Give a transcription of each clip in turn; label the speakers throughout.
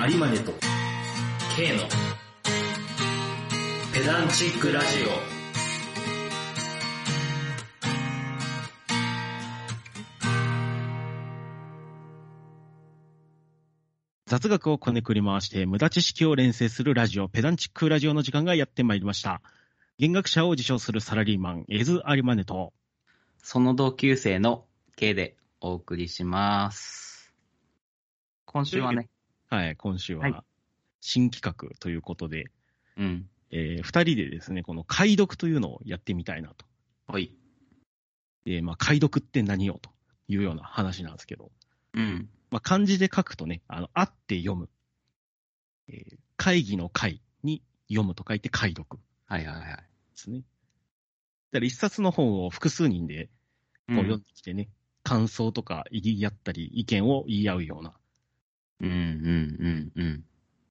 Speaker 1: 有馬ネと
Speaker 2: K のペダンチックラジ
Speaker 3: 雑学をこねくり回して無駄知識を連成するラジオ、ペダンチックラジオの時間がやってまいりました。弦楽者を自称するサラリーマン、エズ・アリマネと、
Speaker 4: その同級生の K でお送りします。今週はね、
Speaker 3: はい、今週
Speaker 4: はい
Speaker 3: は新企画ということで、
Speaker 4: うん、
Speaker 3: えー二人でですね、この解読というのをやってみたいなと。
Speaker 4: はい、
Speaker 3: で、まあ、解読って何よというような話なんですけど、
Speaker 4: うん、
Speaker 3: まあ、漢字で書くとね、あの、あって読む。えー会議の会に読むと書いて解読で
Speaker 4: はいはいはい。
Speaker 3: すね。だから一冊の本を複数人で
Speaker 4: う
Speaker 3: こう読ん
Speaker 4: ん、
Speaker 3: できてね、感想とか言い合ったり、意見を言い合うような、
Speaker 4: うん、うん、うん、うん。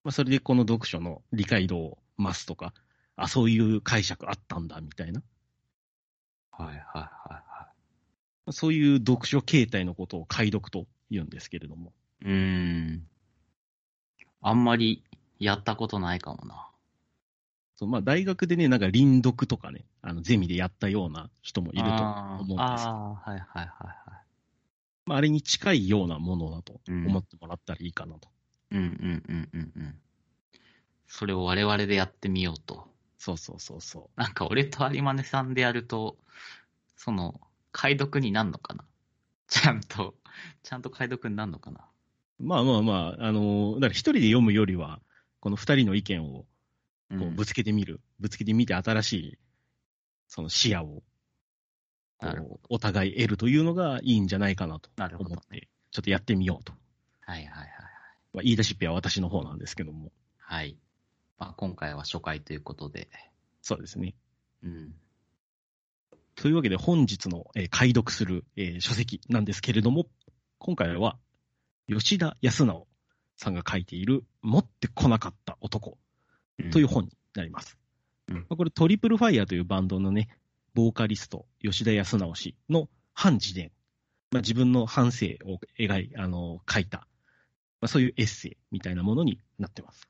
Speaker 3: まあ、それでこの読書の理解度を増すとか、あ、そういう解釈あったんだみたいな、
Speaker 4: はいはいは
Speaker 3: まあそういう読書形態のことを解読と言うんですけれども、
Speaker 4: いはい。うん。あんまりやったことないかもな。
Speaker 3: そうまあ、大学でね、なんか臨読とかね、あのゼミでやったような人もいると思
Speaker 4: あ
Speaker 3: うんです
Speaker 4: ー
Speaker 3: けど、
Speaker 4: あー、はいはいはいは
Speaker 3: まあ、あれに近いようなものだと
Speaker 4: うん
Speaker 3: 思ってもらったらいいかなと。
Speaker 4: い。うん、うん、うん、うん、うん。それを我々でやってみようと。
Speaker 3: そうそうそうそ
Speaker 4: なんか俺と有馬根さんでやると、その、解読になんのかな ちゃんと、ちゃんと解読になんのかな
Speaker 3: う。まあまあまあ、あのーだから一人で読むよりは、この二人の意見を
Speaker 4: うん
Speaker 3: こうぶつけてみる、ぶつけてみて新しいその視野をこ
Speaker 4: なるほ
Speaker 3: うお互い得るというのがいいんじゃないかなと
Speaker 4: なるほ
Speaker 3: 思
Speaker 4: ど
Speaker 3: っ。て、ちょっとやってみようと。
Speaker 4: はいはいはい。
Speaker 3: まあ、言い出しっぺは私の方なんですけども、
Speaker 4: はい。まあ、今回は初回ということで。
Speaker 3: そうですね。
Speaker 4: うん。
Speaker 3: というわけで本日の、えー解読する、えー書籍なんですけれども、今回は吉田康直さんが書いている持ってこなかった男という本になります。
Speaker 4: うん
Speaker 3: まあこれトリプルファイヤーというバンドのね、ボーカリスト、吉田康直氏の反自伝。まあ、自分の反省を描い、あの、書いた、まあ、そういうエッセイみたいなものになってます。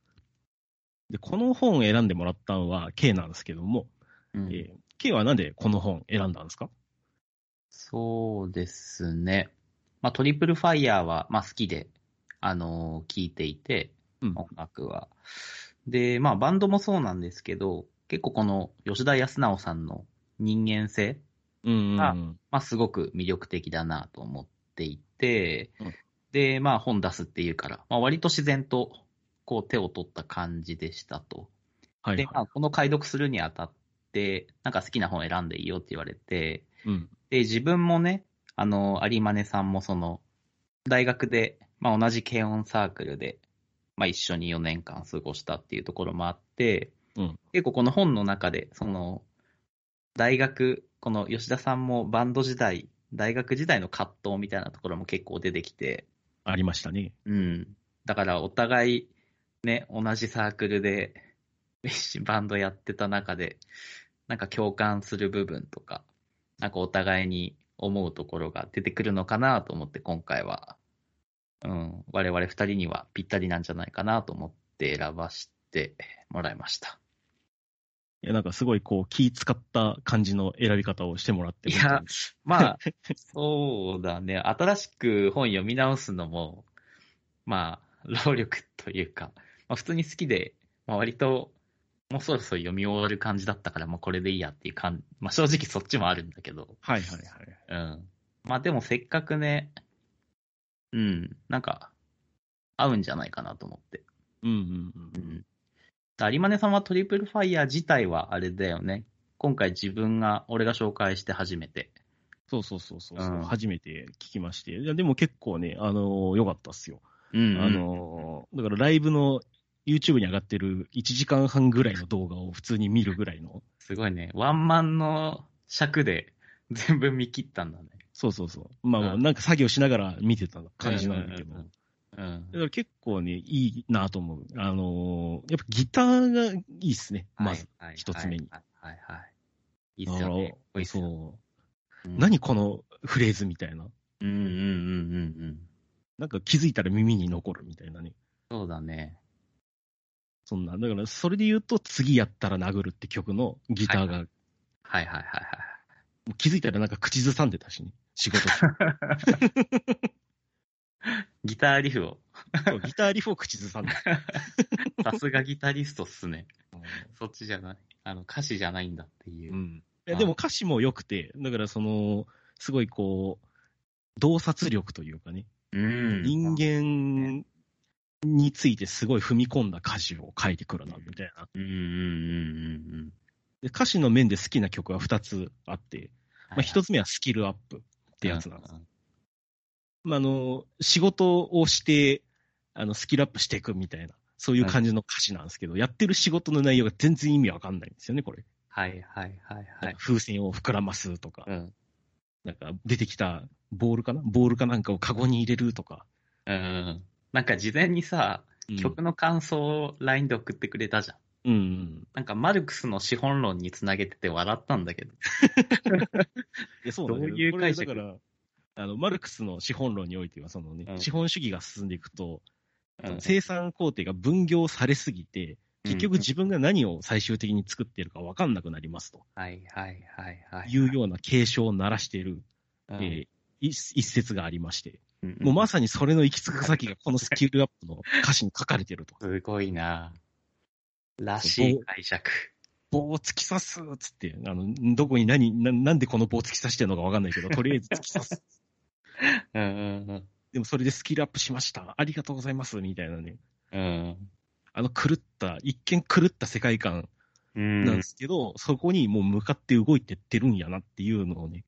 Speaker 3: で、この本を選んでもらったのは K なんですけども、
Speaker 4: うん。
Speaker 3: えー K はなんでこの本選んだんですか
Speaker 4: そうですね。まあ、トリプルファイヤーは、まあ、好きで、あのー聞いていて、
Speaker 3: うん
Speaker 4: 音楽は。で、まあ、バンドもそうなんですけど、結構この吉田康直さんの人間性
Speaker 3: うん
Speaker 4: あまあ、すごく魅力的だなと思っていて、
Speaker 3: うん
Speaker 4: で、まあ、本出すっていうから、まあ、割と自然と、こう、手を取った感じでしたと。
Speaker 3: はい、
Speaker 4: で、まあ、この解読するにあたって、なんか好きな本選んでいいよって言われて、
Speaker 3: うん。
Speaker 4: で、自分もね、あの、有馬根さんもその、大学で、まあ、同じ軽音サークルで、まあ、一緒に4年間過ごしたっていうところもあって、
Speaker 3: うん
Speaker 4: 結構この本の中で、その、大学、この吉田さんもバンド時代、大学時代の葛藤みたいなところも結構出てきて、
Speaker 3: ありましたね。
Speaker 4: うん。だからお互い、ね、同じサークルで、バンドやってた中で、なんか共感する部分とか、なんかお互いに思うところが出てくるのかなと思って、今回は、うん、我々二人にはぴったりなんじゃないかなと思って選ばしてもらいました。
Speaker 3: いや、なんかすごいこう気使った感じの選び方をしてもらって。
Speaker 4: いや、ま あ、そうだね。新しく本読み直すのも、まあ、労力というか、まあ、普通に好きで、まあ、割と、もうそろそろ読み終わる感じだったから、もうこれでいいやっていう感まあ正直そっちもあるんだけど、
Speaker 3: はいはいはい。
Speaker 4: うん。まあでもせっかくね、うん、なんか、合うんじゃないかなと思って。
Speaker 3: うんうん
Speaker 4: う
Speaker 3: うん。
Speaker 4: ん。有馬根さんはトリプルファイヤー自体はあれだよね。今回自分が、俺が紹介して初めて。
Speaker 3: そうそうそうそう、
Speaker 4: うん
Speaker 3: 初めて聞きまして。いや、でも結構ね、あのー良かったっすよ。
Speaker 4: うん、
Speaker 3: あのーだからライブの YouTube に上がってる1時間半ぐらいの動画を普通に見るぐらい の。
Speaker 4: すごいね。ワンマンの尺で全部見切っ たんだね。
Speaker 3: そうそうそう。まあ、
Speaker 4: うん
Speaker 3: なんか作業しながら見てた感じなんだけど。
Speaker 4: うんうんう
Speaker 3: だ
Speaker 4: んうん。
Speaker 3: から結構ね、いいなと思う。あのーやっぱギターがいいっすね、まず。
Speaker 4: はい
Speaker 3: 一つ目に。
Speaker 4: はいはいはいはい。いいっすよね。
Speaker 3: あ
Speaker 4: い
Speaker 3: の
Speaker 4: いっすよ
Speaker 3: そう。
Speaker 4: うん
Speaker 3: 何このフレーズみたいな。
Speaker 4: うんうんうんうんうん。
Speaker 3: なんか気づいたら耳に残るみたいなね。
Speaker 4: そうだね。
Speaker 3: そんな、だからそれで言うと、次やったら殴るって曲のギター
Speaker 4: は
Speaker 3: が、
Speaker 4: はいはいはいはい。
Speaker 3: もう気づいたらなんか口ずさんでたしね、仕事 中
Speaker 4: ギターリフを。
Speaker 3: そうギターリフを口ずさんでた。
Speaker 4: さすがギタリストっ すね。
Speaker 3: うん
Speaker 4: そっちじゃない。あの、歌詞じゃないんだっていうう。
Speaker 3: ん、いやでも歌詞も良くて、だからその、すごいこう、洞察力というかね、
Speaker 4: う
Speaker 3: 人
Speaker 4: ん
Speaker 3: 間についてすごい踏み込んだ歌詞を書いてくるな、みたいな。
Speaker 4: うんうんうんうんうん。
Speaker 3: で歌詞の面で好きな曲は2つあって、まあ、1
Speaker 4: つっ
Speaker 3: つ目はスキルアップってやつなんです。まあ、あの仕事をしてあの、スキルアップしていくみたいな、そういう感じの歌詞なんですけど、やってる仕事の内容が全然意味わかんないんですよね、これ。
Speaker 4: はいはいはいは
Speaker 3: なん
Speaker 4: い
Speaker 3: か。風船を膨らますとか、
Speaker 4: うん。
Speaker 3: なんか出てきたボールかなボールかなんかをカゴに入れるとか。
Speaker 4: うん。なんか事前にさ、曲の感想を LINE で送ってくれたじゃん。
Speaker 3: うん、うん。
Speaker 4: なんかマルクスの資本論につなげてて笑ったんだけど。
Speaker 3: いやそうなんだけ
Speaker 4: どういう解釈
Speaker 3: これだから、あの、マルクスの資本論においては、そのね、
Speaker 4: うん
Speaker 3: 資本主義が進んでいくと、
Speaker 4: うん
Speaker 3: 生産工程が分業されすぎて、結局自分が何を最終的に作っているか分かんなくなりますと
Speaker 4: はいはいはいはい。
Speaker 3: いうような警鐘を鳴らしている、
Speaker 4: うん、
Speaker 3: えー一一節がありまして、
Speaker 4: うん
Speaker 3: もうまさにそれの行き着く先がこのスキルアップの歌詞に書かれてると。
Speaker 4: すごいならしい解釈。
Speaker 3: 棒を突き刺すっつって、あの、どこに何、ななんでこの棒を突き刺してるのか分かんないけ ど、とりあえず突き刺す。
Speaker 4: うんうん
Speaker 3: でもそれでスキルアップしました。ありがとうございます。みたいなね。
Speaker 4: うん。
Speaker 3: あの狂った、一見狂った世界観
Speaker 4: うん。
Speaker 3: なん
Speaker 4: うん
Speaker 3: で。すけど、そこにもう向かって動いてってるんやなっていうのをね、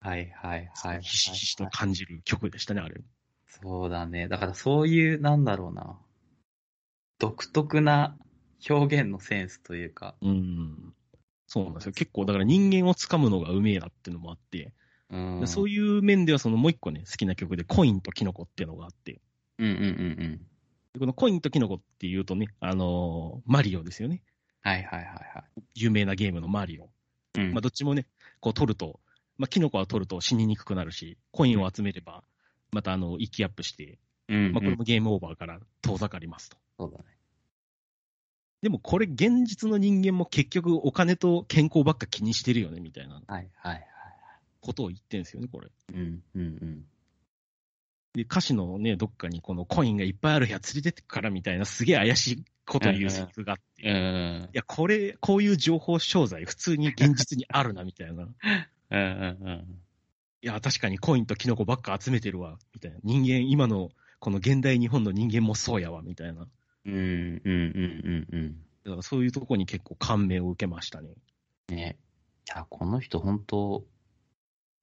Speaker 4: はいはいはいはい。
Speaker 3: ひしひしと感じる曲でしたね、あれ。
Speaker 4: そうだね。だからそういう、なんだろうな。独特な表現のセンスというか。
Speaker 3: うん。そうなんですよ。結構、だから人間をつかむのがうめえなっていうのもあって、
Speaker 4: うん。
Speaker 3: そう
Speaker 4: い
Speaker 3: いう面ではそのもう一個ね、好きな曲で、コインとキノコっていうのがあって、
Speaker 4: う。うんうんうんうん。
Speaker 3: このコインとキノコっていうとね、あのーマリオですよね。
Speaker 4: はいはいはいは
Speaker 3: 有名なゲームのマリオ。
Speaker 4: い。うん
Speaker 3: まあ、どっちもね、こう取ると、まあ、キノコは取ると死ににくくなるし、コインを集めれば、またあの、息アップして、
Speaker 4: うんうん
Speaker 3: まあ、これもゲームオーバーから遠ざかりますと。
Speaker 4: そうだね。
Speaker 3: でもこれ現実の人間も結局お金と健康ばっか気にしてるよねみたいな
Speaker 4: はいはいはい。
Speaker 3: ことを言ってるんですよね、これ。
Speaker 4: うんうんうん。
Speaker 3: で、歌詞のね、どっかにこのコインがいっぱいある部屋連れてってくからみたいなすげえ怪しいこと言うセリフがあって、い
Speaker 4: うん
Speaker 3: や、これ、こういう情報商材普通に現実にあるなみたいな。
Speaker 4: うんうんうん。
Speaker 3: いや、確かにコインとキノコばっか集めてるわ、みたいな。人間、今の、この現代日本の人間もそうやわ、みたいな。
Speaker 4: うんうんうんうんうん。
Speaker 3: だからそういうとこに結構感銘を受けましたね。
Speaker 4: ね。いや、この人本当、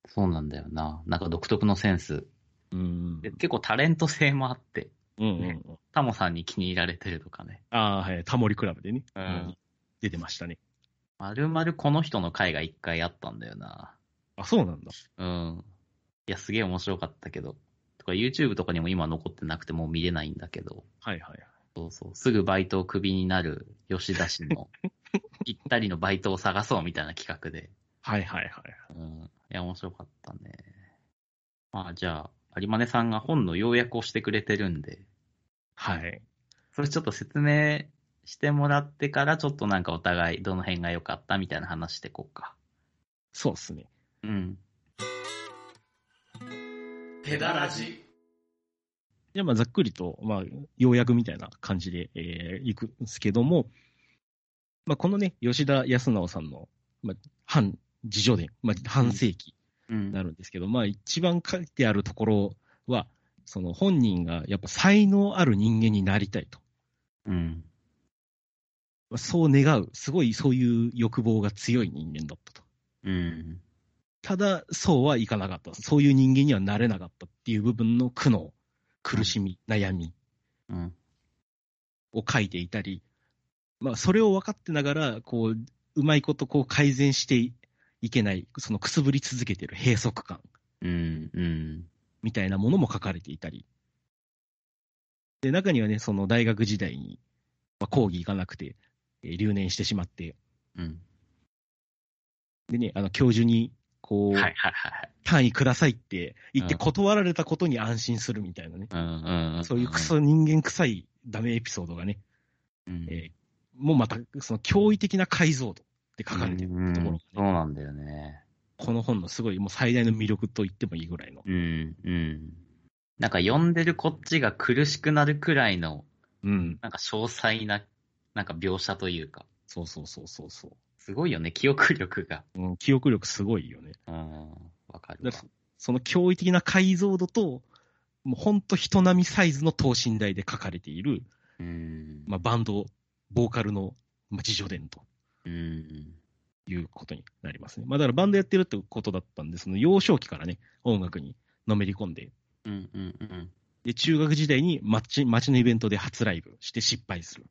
Speaker 4: そうなんだよな。なんか独特のセンス。
Speaker 3: うん。
Speaker 4: で結構タレント性もあって、
Speaker 3: うんうんうん。
Speaker 4: タモさんに気に入られてるとかね。
Speaker 3: ああ、はい。タモリクラブでね。
Speaker 4: うん
Speaker 3: 出てましたね。
Speaker 4: まるまるこの人の回が一回あったんだよな。
Speaker 3: あ、そうなんだ。
Speaker 4: うん。いや、すげえ面白かったけど。とか YouTube とかにも今残ってなくてもう見れないんだけど。
Speaker 3: はいはい。
Speaker 4: そうそう。すぐバイトをクビになる吉田氏 のぴったりのバイトを探そうみたいな企画で。
Speaker 3: はいはいはい。
Speaker 4: うん。いや、面白かったね。まあじゃあ、有馬根さんが本の要約をしてくれてるんで、
Speaker 3: はい。
Speaker 4: それちょっと説明してもらってから、ちょっとなんかお互いどの辺が良かったみたいな話してこうか。
Speaker 3: そうですね。
Speaker 4: うん。
Speaker 2: ペダラジ
Speaker 3: じゃあ、まあ、ざっくりと、まあ、要約みたいな感じで、えーいくんですけども、まあ、このね、吉田康直さんの、まあ、反自叙伝、まあ、半世紀
Speaker 4: うん。
Speaker 3: なるんですけど、まあ一番書いてあるところは、その本人がやっぱ才能ある人間になりたいと。
Speaker 4: うん。
Speaker 3: まあそう願う、すごいそういう欲望が強い人間だったと。
Speaker 4: うん。
Speaker 3: ただ、そうはいかなかった。そういう人間にはなれなかったっていう部分の苦悩、苦しみ、悩み
Speaker 4: うん。
Speaker 3: を書いていたり、まあそれを分かってながら、こう、うまいことこう改善していけない、そのくすぶり続けてる閉塞感。
Speaker 4: うん。うん。
Speaker 3: みたいなものも書かれていたり。で、中にはね、その大学時代に、まあ、講義行かなくて、えー留年してしまって、
Speaker 4: うん。
Speaker 3: でね、あの、教授に、こう、
Speaker 4: はいはいはい。
Speaker 3: 単位くださいって言って
Speaker 4: うん
Speaker 3: 断られたことに安心するみたいなね、
Speaker 4: うんうんん。
Speaker 3: そういうクソ人間臭いダメエピソードがね、
Speaker 4: うん
Speaker 3: えーもうまた、その驚異的な解像度って書かれてるところがね、
Speaker 4: うんそうなんだよね。
Speaker 3: この本のすごいもう最大の魅力と言ってもいいぐらいの。
Speaker 4: うん、うん。なんか読んでるこっちが苦しくなるくらいの、
Speaker 3: うん。
Speaker 4: なんか詳細な、なんか描写というか、
Speaker 3: そうそうそうそうそ
Speaker 4: すごいよね、記憶力が。
Speaker 3: う。うん、記憶力すごいよね。
Speaker 4: うん、わかる
Speaker 3: だ
Speaker 4: わ
Speaker 3: か。らその驚異的な解像度と、もうほんと人並みサイズの等身大で書かれている、
Speaker 4: うん。
Speaker 3: まあ、バンド、ボーカルの、まあ、自叙伝と
Speaker 4: うん。
Speaker 3: いうことになりますね。まあ、だからバンドやってるってことだったんで、その幼少期からね、音楽にのめり込んで、
Speaker 4: うん、うん、うん。
Speaker 3: で中学時代に街街のイベントで初ライブして失敗する。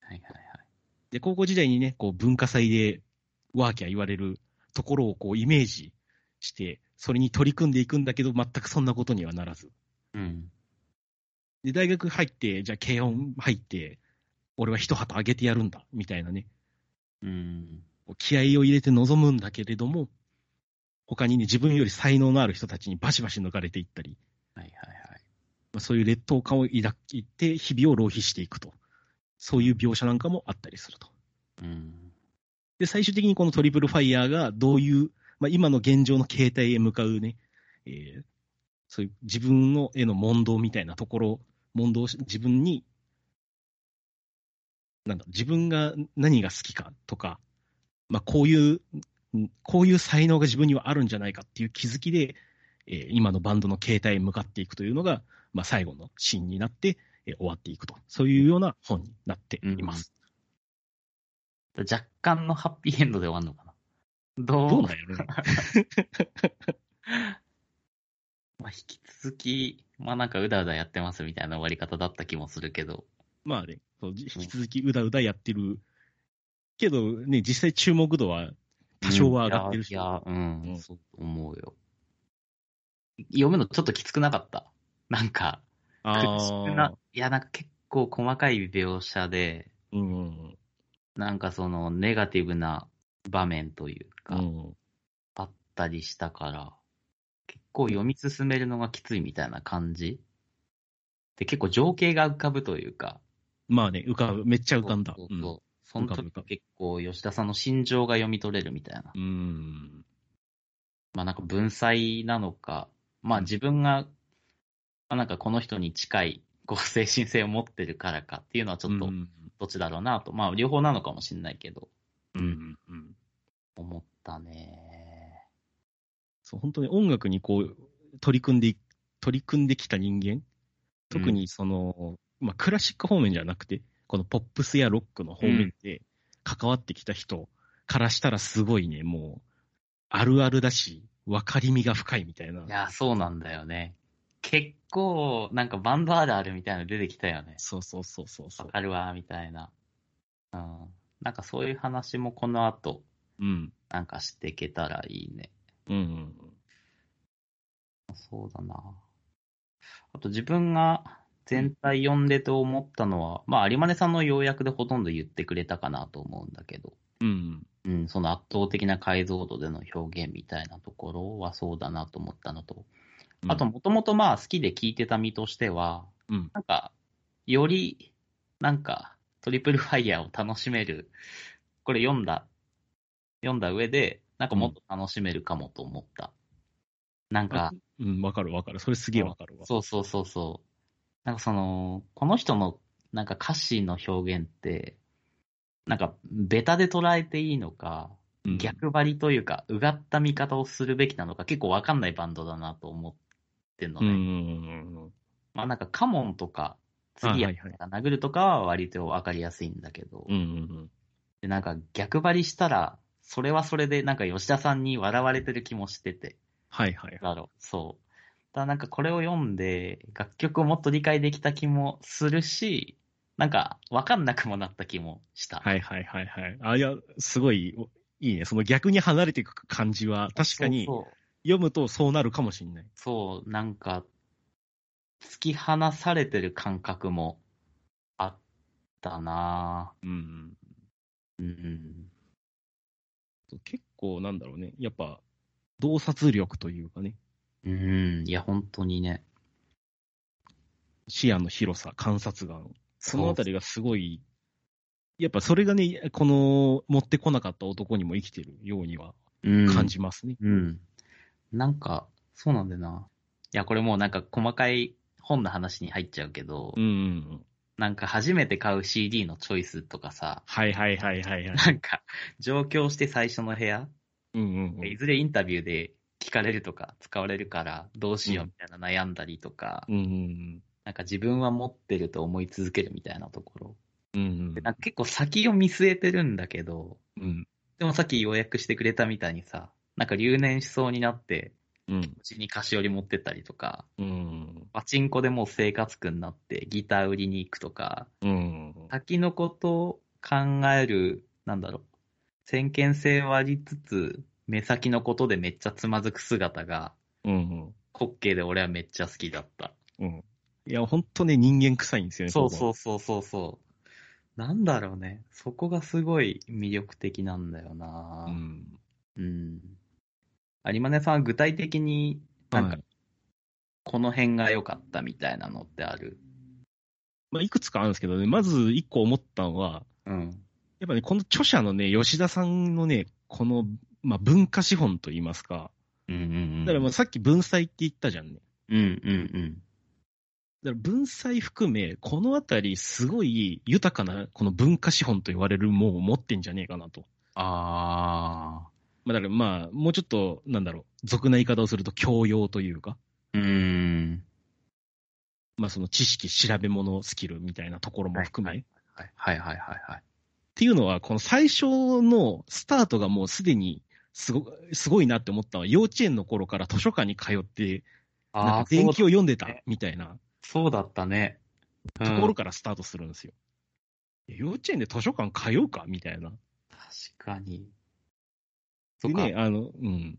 Speaker 4: はいはいはい。
Speaker 3: で、高校時代にね、こう文化祭でワーキャー言われるところをこうイメージして、それに取り組んでいくんだけど、全くそんなことにはならず。
Speaker 4: うん。
Speaker 3: で、大学入って、じゃあ軽音入って、俺は一旗あげてやるんだ、みたいなね、
Speaker 4: うん。
Speaker 3: こう気合を入れて臨むんだけれども、他にね、自分より才能のある人たちにバシバシ抜かれていったり、
Speaker 4: はいはいはい。
Speaker 3: まあ、そういう劣等感を抱いて、日々を浪費していくと。そういう描写なんかもあったりすると。
Speaker 4: うん。
Speaker 3: で、最終的にこのトリプルファイヤーがどういう、まあ、今の現状の形態へ向かうね、えーそういう自分のへの問答みたいなところ、問答し、自分に、なんだ、自分が何が好きかとか、まあ、こういう、んこういう才能が自分にはあるんじゃないかっていう気づきで、えー今のバンドの形態へ向かっていくというのが、まあ、最後のシーンになって、えー終わっていくと。そういうような本になっています。
Speaker 4: 若干のハッピーエンドで終わるのかな。どう
Speaker 3: どうなんやろね。
Speaker 4: まあ、引き続き、まあなんかうだうだやってますみたいな終わり方だった気もするけど。
Speaker 3: まあね、そうじ引き続きうだうだやってるけど、ね、実際注目度は多少は上がってるし、
Speaker 4: いや、いやうん、
Speaker 3: うん
Speaker 4: そう思うよ。読むのちょっときつくなかった。なんか、苦
Speaker 3: あ
Speaker 4: しく
Speaker 3: ー
Speaker 4: な、いや、なんか結構細かい描写で、
Speaker 3: うんうん
Speaker 4: なんかそのネガティブな場面という
Speaker 3: う
Speaker 4: か、
Speaker 3: ん、
Speaker 4: あったりしたから、結構読み進めるのがきついみたいな感じ。で、結構情景が浮かぶというか。
Speaker 3: まあね、浮かぶ、めっちゃ浮かんだ。
Speaker 4: そう
Speaker 3: う
Speaker 4: そうんそうその
Speaker 3: 浮かぶ浮か
Speaker 4: 時
Speaker 3: ぶ
Speaker 4: 結構吉田さんの心情が読み取れるみたいな。
Speaker 3: うん
Speaker 4: まあなんか文才なのか、まあ自分が、まあなんかこの人に近い、こう精神性を持ってるからかっていうのはちょっと
Speaker 3: うん
Speaker 4: どっちだろうなと、まあ両方なのかもしれないけど、
Speaker 3: うんうん
Speaker 4: 思ったね。。
Speaker 3: そう本当に音楽にこう取り組んでい取り組んできた人間、特にその、まあ、クラシック方面じゃなくて、このポップスやロックの方面で関わってきた人からしたらすごいね、もう、あるあるだし、分かりみが深いみたいない
Speaker 4: や、そうなんだよね。結構、なんかバンドあるあるみたいなの出てきたよね。
Speaker 3: そうそうそうそうそ
Speaker 4: わ
Speaker 3: う。
Speaker 4: かるわ、みたいな。うん。なんかそういう話もこの後、
Speaker 3: うん。
Speaker 4: なんかしていけたらいいね。
Speaker 3: うんうんうん。
Speaker 4: そうだな。あと自分が全体読んでと思ったのは、まあ、有馬根さんの要約でほとんど言ってくれたかなと思うんだけど、
Speaker 3: うん
Speaker 4: うん、その圧倒的な解像度での表現みたいなところはそうだなと思ったのと、
Speaker 3: うん。
Speaker 4: あと、もともとまあ、好きで聞いてた身としては、
Speaker 3: うん
Speaker 4: なんか、より、なんか、トリプルファイヤーを楽しめる、これ読んだ、読んだ上で、なんかもっと楽しめるかもと思った。なんか、
Speaker 3: うん、わかるわかる。それすげえわかるわ。
Speaker 4: そうそうそうそう。なんかその、この人のなんか歌詞の表現って、なんかベタで捉えていいのか、
Speaker 3: うん。
Speaker 4: 逆張りというか、うがった見方をするべきなのか、結構わかんないバンドだなと思ってんの
Speaker 3: うん
Speaker 4: ね。
Speaker 3: うんうんうん。
Speaker 4: まあなんかカモンとか、
Speaker 3: あ
Speaker 4: 次や
Speaker 3: はいはい
Speaker 4: 殴るとかは割とわかりやすいんだけど、
Speaker 3: うんうん
Speaker 4: でなんか逆張りしたら、それはそれでなんか吉田さんに笑われてる気もしてて。
Speaker 3: はいはいはい。
Speaker 4: だろう、そう。だからなんかこれを読んで、楽曲をもっと理解できた気もするし、なんか分かんなくもなった気もした。
Speaker 3: はいはいはいはい。あ、いや、すごい、おいいね。その逆に離れていく感じは、確かに
Speaker 4: そう
Speaker 3: 読むとそうなるかもしれない。
Speaker 4: そう、そうなんか、突き放されてる感覚もあったなぁ
Speaker 3: うんうん。
Speaker 4: うん。
Speaker 3: 結構、なんだろうね。やっぱ、洞察力というかね、
Speaker 4: うん、いや、本当にね。
Speaker 3: 視野の広さ、観察眼、そのあたりがすごい、やっぱそれがね、この持ってこなかった男にも生きてるようには感じますね。
Speaker 4: うん。なんか、そうなんだよな。いや、これもうなんか細かい本の話に入っちゃうけど、
Speaker 3: うん。うん、
Speaker 4: なんか初めて買う CD のチョイスとかさ、
Speaker 3: はいはいはいはいはい。
Speaker 4: なんか、上京して最初の部屋、
Speaker 3: うんうん
Speaker 4: いずれインタビューで聞かれるとか、使われるから、どうしようみたいな悩んだりとか、
Speaker 3: うん。うん
Speaker 4: なんか自分は持ってると思い続けるみたいなところ。
Speaker 3: うんうん
Speaker 4: でなんか結構先を見据えてるんだけど、
Speaker 3: うん
Speaker 4: でもさっき予約してくれたみたいにさ、なんか留年しそうになって、
Speaker 3: うん
Speaker 4: うちに菓子折り持ってったりとか、
Speaker 3: うん
Speaker 4: パチンコでもう生活苦になってギター売りに行くとか、
Speaker 3: うん
Speaker 4: 先のことを考える、なんだろう、先見性はありつつ、目先のことでめっちゃつまずく姿が、
Speaker 3: うん
Speaker 4: 滑稽で俺はめっちゃ好きだった。
Speaker 3: うんいや、本当ね、人間臭いんですよね。。
Speaker 4: そうそううそうそうそう。なんだろうね。そこがすごい魅力的なんだよな
Speaker 3: う、ん。
Speaker 4: うん。有馬根さんは具体的になん
Speaker 3: は
Speaker 4: か
Speaker 3: い
Speaker 4: この辺が良かったみたいなのってある。
Speaker 3: まあ、いくつかあるんですけどね、まず一個思ったのは、
Speaker 4: うん。
Speaker 3: やっぱね、この著者のね、吉田さんのね、この、まあ、文化資本といいますか、
Speaker 4: うんうんうん。
Speaker 3: だからまあさっき文才って言ったじゃんね。
Speaker 4: うんうんうん。
Speaker 3: だから文才含め、このあたり、すごい豊かな、この文化資本と言われるものを持ってんじゃねえかなと。
Speaker 4: あ
Speaker 3: まあ、だからまあ、もうちょっと、なんだろう、俗な言い方をすると教養というか、
Speaker 4: あ。うん。
Speaker 3: まあその知識、調べ物、スキルみたいなところも含め、
Speaker 4: はいはいはいはいはいはい。
Speaker 3: っていうのは、この最初のスタートがもうすでにすごすごいなって思ったのは、幼稚園の頃から図書館に通って、なんか
Speaker 4: 電
Speaker 3: 電
Speaker 4: 気
Speaker 3: 気
Speaker 4: を
Speaker 3: を読んでたみたいな
Speaker 4: そうだったね。うん
Speaker 3: ところからスタートするんですよ。いや幼稚園で図書館通うかみたいな。
Speaker 4: 確かに。
Speaker 3: で
Speaker 4: っか
Speaker 3: ね、あの、うん。め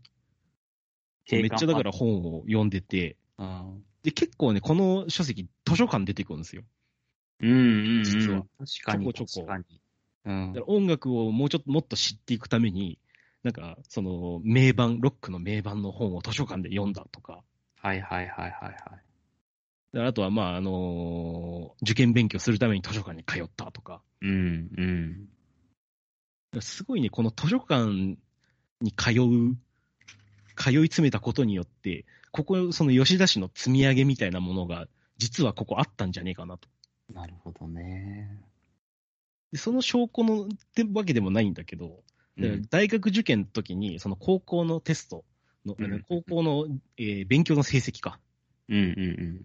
Speaker 4: 景
Speaker 3: っ
Speaker 4: 観
Speaker 3: ちゃだから本を読んでて、
Speaker 4: うん。
Speaker 3: で、結構ね、この書籍、図書館出てくるんですよ。
Speaker 4: うんうんうん。
Speaker 3: 実は。
Speaker 4: 確かに。
Speaker 3: ちょこちょこ
Speaker 4: 確かに。う
Speaker 3: だ
Speaker 4: ん
Speaker 3: か。ら音楽をもうちょっともっと知っていくために、なんか、その、名盤、ロックの名盤の本を図書館で読んだとか、
Speaker 4: はいはいはいはいはい。
Speaker 3: だからあとは、まあ、あのー受験勉強するために図書館に通ったとか、
Speaker 4: うんうん。
Speaker 3: すごいね、この図書館に通う、通い詰めたことによって、ここ、その吉田氏の積み上げみたいなものが、実はここあったんじゃねえかなと。
Speaker 4: なるほどね。
Speaker 3: でその証拠のってわけでもないんだけど、
Speaker 4: う
Speaker 3: で
Speaker 4: ん
Speaker 3: 大学受験の時に、その高校のテストの、
Speaker 4: うん
Speaker 3: 高校の、えー勉強の成績か。
Speaker 4: うんうん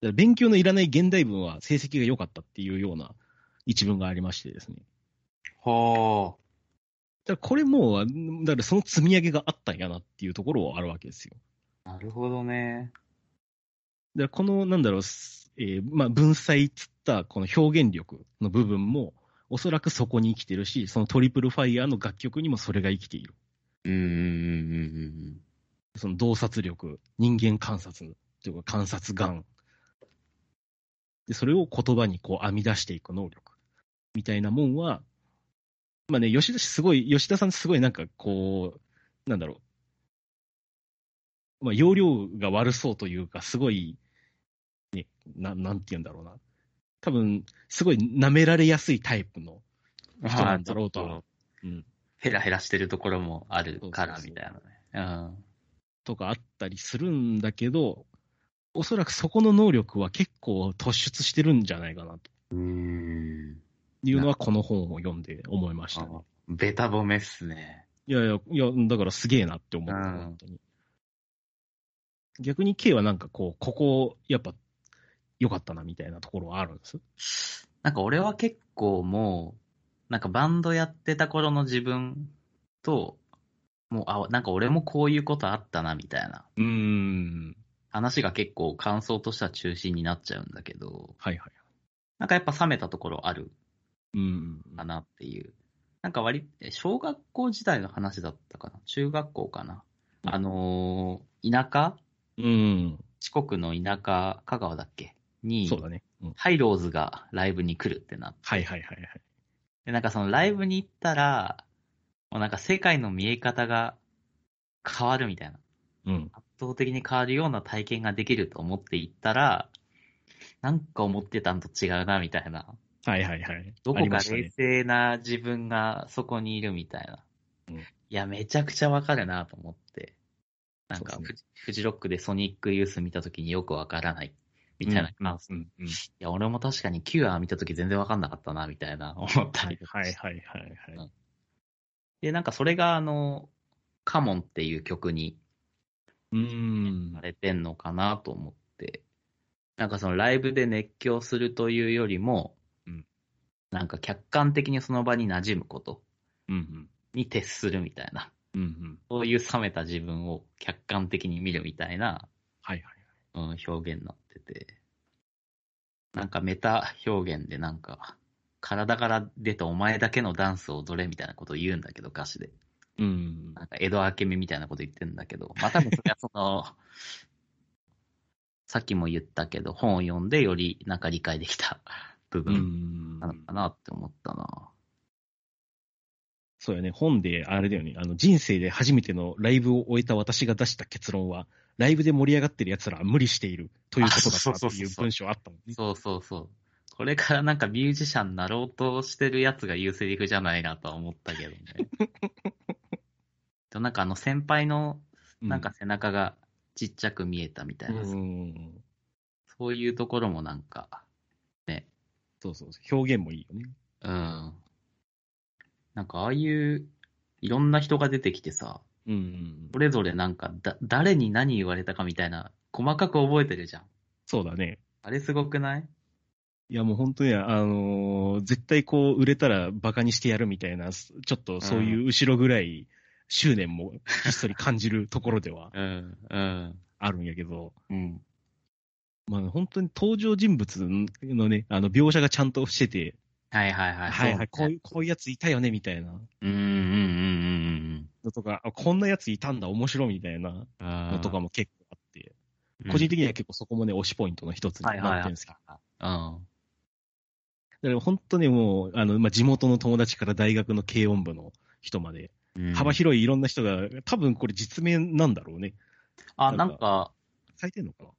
Speaker 3: だから勉強のいらない現代文は成績が良かったっていうような一文がありましてですね。
Speaker 4: うん。はあ。
Speaker 3: だからこれもう、だからその積み上げがあったんやなっていうところはあるわけですよ。
Speaker 4: なるほどね。
Speaker 3: だからこの、なんだろう、すえーまあ、文才っつったこの表現力の部分も、おそらくそこに生きてるし、そのトリプルファイヤーの楽曲にもそれが生きている。
Speaker 4: うんうんうんうんうん。
Speaker 3: その洞察力、人間観察というか観察眼。で、それを言葉にこう編み出していく能力みたいなもんは、まあね、吉田氏すごい、吉田さんすごいなんかこう、なんだろう。まあ、容量が悪そうというか、すごい、ね、ななんて言うんだろうな。多分、すごい舐められやすいタイプの人なんだろうと
Speaker 4: まあ
Speaker 3: は
Speaker 4: ちょっ。ヘラヘラしてるところもあるから、みたいなね。
Speaker 3: とかあったりするんだけど、おそらくそこの能力は結構突出してるんじゃないかなと
Speaker 4: うん。
Speaker 3: いうのは、この本を読んで思いましたね。
Speaker 4: ベタ褒めっすね。
Speaker 3: いやいや、いや、だからすげえなって思った、
Speaker 4: うん
Speaker 3: 本当に。逆に K はなんかこう、ここ、やっぱ、良かったなみたいなところはあるんです。
Speaker 4: なんか俺は結構もう、なんかバンドやってた頃の自分と、もう、あ、なんか俺もこういうことあったな、みたいな
Speaker 3: うーん。
Speaker 4: 話が結構感想としては中心になっちゃうんだけど、
Speaker 3: はいはい。
Speaker 4: なんかやっぱ冷めたところある
Speaker 3: うん。
Speaker 4: かなっていう。なんか割、小学校時代の話だったかな中学校かなあのー田舎
Speaker 3: うん。
Speaker 4: 四国の田舎、香川だっけに、
Speaker 3: そうだね。うん
Speaker 4: ハイローズがライブに来るってなって
Speaker 3: はいはいはいはい。
Speaker 4: で、なんかそのライブに行ったら、もうなんか世界の見え方が変わるみたいな、
Speaker 3: うん。
Speaker 4: 圧倒的に変わるような体験ができると思って行ったら、なんか思ってたんと違うな、みたいな。
Speaker 3: はいはいはい。
Speaker 4: ど
Speaker 3: あ
Speaker 4: こ
Speaker 3: り
Speaker 4: か
Speaker 3: ました
Speaker 4: 冷
Speaker 3: ね。
Speaker 4: 静な自分がそこにいるみたいな。
Speaker 3: うん
Speaker 4: いや、めちゃくちゃわかるなと思って。なんか
Speaker 3: そうで
Speaker 4: フジ、フジロックでソニックユース見たときによくわからない。みたいな。まあ、
Speaker 3: う
Speaker 4: い
Speaker 3: んうん。
Speaker 4: や、俺も確かにキュア見たとき全然わかんなかったな、みたいな思った
Speaker 3: は
Speaker 4: り
Speaker 3: い
Speaker 4: とか
Speaker 3: は
Speaker 4: して
Speaker 3: いはいはいはい。
Speaker 4: で、なんかそれが、あの、カモンっていう曲に
Speaker 3: うーん
Speaker 4: さ。れてんのかなと思って、なんかそのライブで熱狂するというよりも、
Speaker 3: うん
Speaker 4: なんか客観的にその場に馴染むこと
Speaker 3: うんうん。
Speaker 4: に徹するみたいな、
Speaker 3: うんうん。
Speaker 4: そういう冷めた自分を客観的に見るみたいな、
Speaker 3: はいはい。
Speaker 4: うん、表現になってて、なんかメタ表現でなんか、体から出たお前だけのダンスを踊れみたいなことを言うんだけど、歌詞で。
Speaker 3: うん。
Speaker 4: なんか江戸明美みたいなこと言ってんだけど、まあ多分それはその、 さっきも言ったけど、本を読んでよりなんか理解できた 部
Speaker 3: う
Speaker 4: 分
Speaker 3: ん
Speaker 4: な。のかなって思ったな。
Speaker 3: そうよね。本で、あれだよね。あの、人生で初めてのライブを終えた私が出した結論は、ライブで盛り上がってる奴らは無理しているということだ
Speaker 4: あそう
Speaker 3: った
Speaker 4: そ
Speaker 3: と
Speaker 4: うそう
Speaker 3: いう
Speaker 4: そう
Speaker 3: 文章あったもんね。
Speaker 4: そうそうそう。これからなんかミュージシャンになろうとしてるやつが言うセリフじゃないなとは思ったけどね。 となんかあの先輩のなんか背中がちっちゃく見えたみた
Speaker 3: う
Speaker 4: い
Speaker 3: ん、
Speaker 4: な、
Speaker 3: うん。
Speaker 4: そういうところもなんか、
Speaker 3: そうそうそう。表現もいいよね。
Speaker 4: うん。なんかああいう、いろんな人が出てきてさ、
Speaker 3: うんうん。
Speaker 4: それぞれなんかだ、誰に何言われたかみたいな、細かく覚えてるじゃん。
Speaker 3: そうだね。
Speaker 4: あれすごくない
Speaker 3: いやもう本当に、あのー絶対こう、売れたらバカにしてやるみたいな、すちょっとそういう後ろぐらい執念もひっそり感じるところでは
Speaker 4: うん、うん、
Speaker 3: あるんやけど、
Speaker 4: うん。
Speaker 3: まあ本当に登場人物のね、あの、描写がちゃんとしてて、
Speaker 4: はいはいはい。
Speaker 3: はいはい、
Speaker 4: そ
Speaker 3: こ
Speaker 4: う
Speaker 3: う
Speaker 4: ね
Speaker 3: いう、こういうやついたよね、みたいな
Speaker 4: うん、うん、うん、うん
Speaker 3: のとか、あこんなやついたんだ、面白いみたいな
Speaker 4: うんうん。
Speaker 3: のとかも結構あって、
Speaker 4: うん、
Speaker 3: 個人的には結構そこもね、推しポイントの一つになってるんですけど、
Speaker 4: うん。
Speaker 3: だから本当にもう、あの、まあ、地元の友達から大学の軽音部の人まで、
Speaker 4: うん。
Speaker 3: 幅広いいろんな人が、多分これ実名なんだろうね。
Speaker 4: あ、なんか、
Speaker 3: 書いてんのかな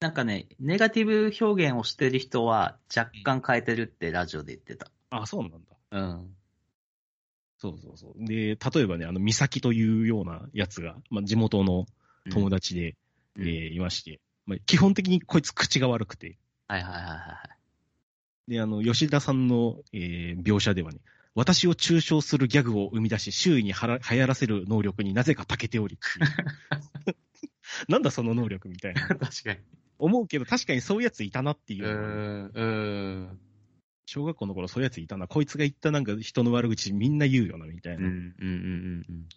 Speaker 4: なんかね、ネガティブ表現をしてる人は若干変えてるってラジオで言ってた。
Speaker 3: あそうなんだ。
Speaker 4: うん。
Speaker 3: そうそうそう。で、例えばね、あの、美咲というようなやつが、まあ、地元の友達で、
Speaker 4: うん
Speaker 3: えーいまして、まあ、基本的にこいつ口が悪くて、
Speaker 4: はいはいはいはい。
Speaker 3: で、あの、吉田さんの、えー描写ではね、私を中傷するギャグを生み出し、周囲にはら流行らせる能力になぜか長けており っていうなんだその能力みたいな。
Speaker 4: 確かに。
Speaker 3: 思うけど、確かにそういうやついたなっていうう。
Speaker 4: ん、うん。
Speaker 3: 小学校の頃そういうやついたな、こいつが言ったなんか人の悪口みんな言うよな、みたい
Speaker 4: うんう
Speaker 3: なん
Speaker 4: うんうん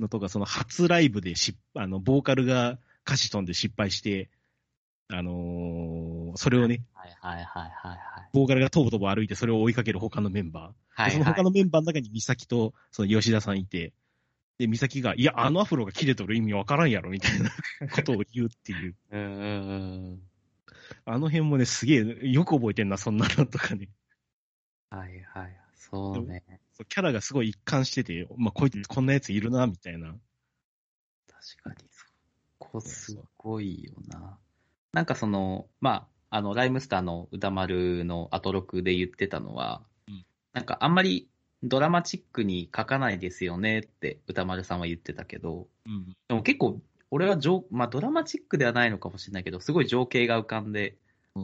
Speaker 3: のとか、その初ライブでしあの、ボーカルが歌詞飛んで失敗して、あのーそれをね、
Speaker 4: はいはいはいはい
Speaker 3: ボーカルがとぼとぼ歩いてそれを追いかける他のメンバー。
Speaker 4: は
Speaker 3: でそ
Speaker 4: い。
Speaker 3: の他
Speaker 4: の、
Speaker 3: のメンバーの中に美咲とその吉田さんいて、で、美咲が、いや、あのアフロが切れとる意味わからんやろ、みたい なことを言うっていう。
Speaker 4: うんうん
Speaker 3: あの辺もね、すげえ、よく覚えてんな、そんなのとかね。
Speaker 4: うん。はいはい。そうね。
Speaker 3: そうキャラがすごい一貫してて、まあ、こいつ、こんなやついるな、みたいな。
Speaker 4: 確かに。そこすごいよな。なんかその、まあ、あの、ライムスターの歌丸のアトロクで言ってたのは、
Speaker 3: うん
Speaker 4: なんかあんまりドラマチックに書かないですよねって歌丸さんは言ってたけど、
Speaker 3: うん。
Speaker 4: でも結構、俺は情、まあ、ドラマチックではないのかもしれないけど、すごい情景が浮かんで、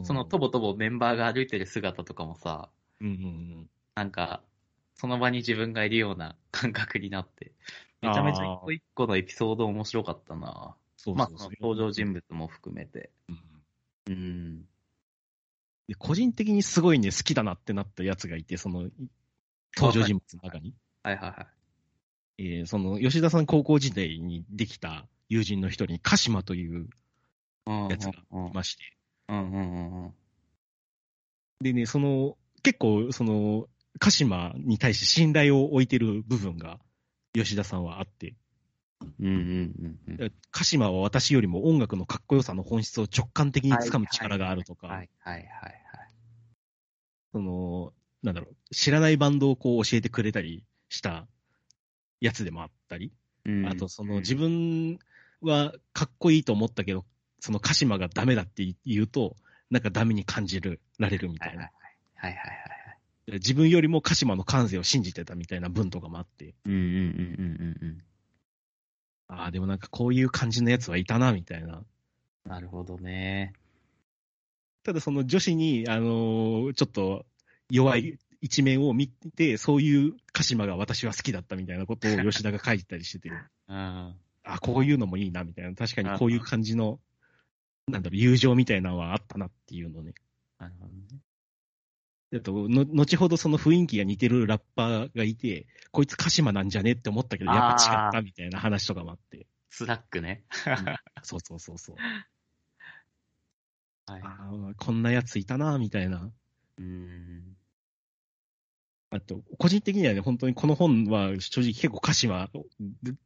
Speaker 4: そのとぼとぼメンバーが歩いてる姿とかもさ、
Speaker 3: うんうん
Speaker 4: なんか、その場に自分がいるような感覚になって、めちゃめちゃ一個一個のエピソード面白かったな。
Speaker 3: そう
Speaker 4: まあ、
Speaker 3: そ
Speaker 4: そうの
Speaker 3: そう。
Speaker 4: 登場人物も含めて。
Speaker 3: うん
Speaker 4: うん。
Speaker 3: で個人的にすごいね、好きだなってなったやつがいて、その、登場人物の中に。
Speaker 4: はいはいはい。
Speaker 3: えーその、吉田さん高校時代にできた友人の一人に、鹿島という
Speaker 4: うん
Speaker 3: やつが
Speaker 4: うん
Speaker 3: いまして。
Speaker 4: うんうんうんうん。
Speaker 3: でね、その、結構、その、鹿島に対して信頼を置いてる部分が、吉田さんはあって、
Speaker 4: うんうんうんうん。
Speaker 3: 鹿島は私よりも音楽のかっこよさの本質を直感的につかむ力があるとか、
Speaker 4: はいはいはい
Speaker 3: その、なんだろう、知らないバンドをこう教えてくれたりしたやつでもあったり、
Speaker 4: はい。
Speaker 3: あとその自
Speaker 4: 分、
Speaker 3: 分はかっこいいと思ったけど、その鹿島がダメだって言うと、なんかダメに感じるられるみた
Speaker 4: はいはいい
Speaker 3: な
Speaker 4: は。い。はいはいはい。
Speaker 3: 自分よりも鹿島の感性を信じてたみたいな文とかもあって、
Speaker 4: うんうんうんうんうん
Speaker 3: ああ、でもなんかこういう感じのやつはいたな、みたいな。
Speaker 4: うん。なるほどね。
Speaker 3: ただその女子に、あのーちょっと弱い一面を見て、そういう鹿島が私は好きだったみたいなことを吉田が書いたりして て、
Speaker 4: うん。
Speaker 3: あこういうのもいいな、みたいな。確かにこういう感じの、なんだろう、友情みたいなのはあったなっていうのね。
Speaker 4: なるほどね。
Speaker 3: えっと、の、後ほどその雰囲気が似てるラッパーがいて、こいつ鹿島なんじゃねって思ったけど、やっぱ違ったみたいな話とかもあって。
Speaker 4: スラックね。
Speaker 3: そうそうそうそう。
Speaker 4: はい。
Speaker 3: あーこんなやついたな、みたいな。
Speaker 4: うん。
Speaker 3: あと、個人的にはね、本当にこの本は正直結構鹿島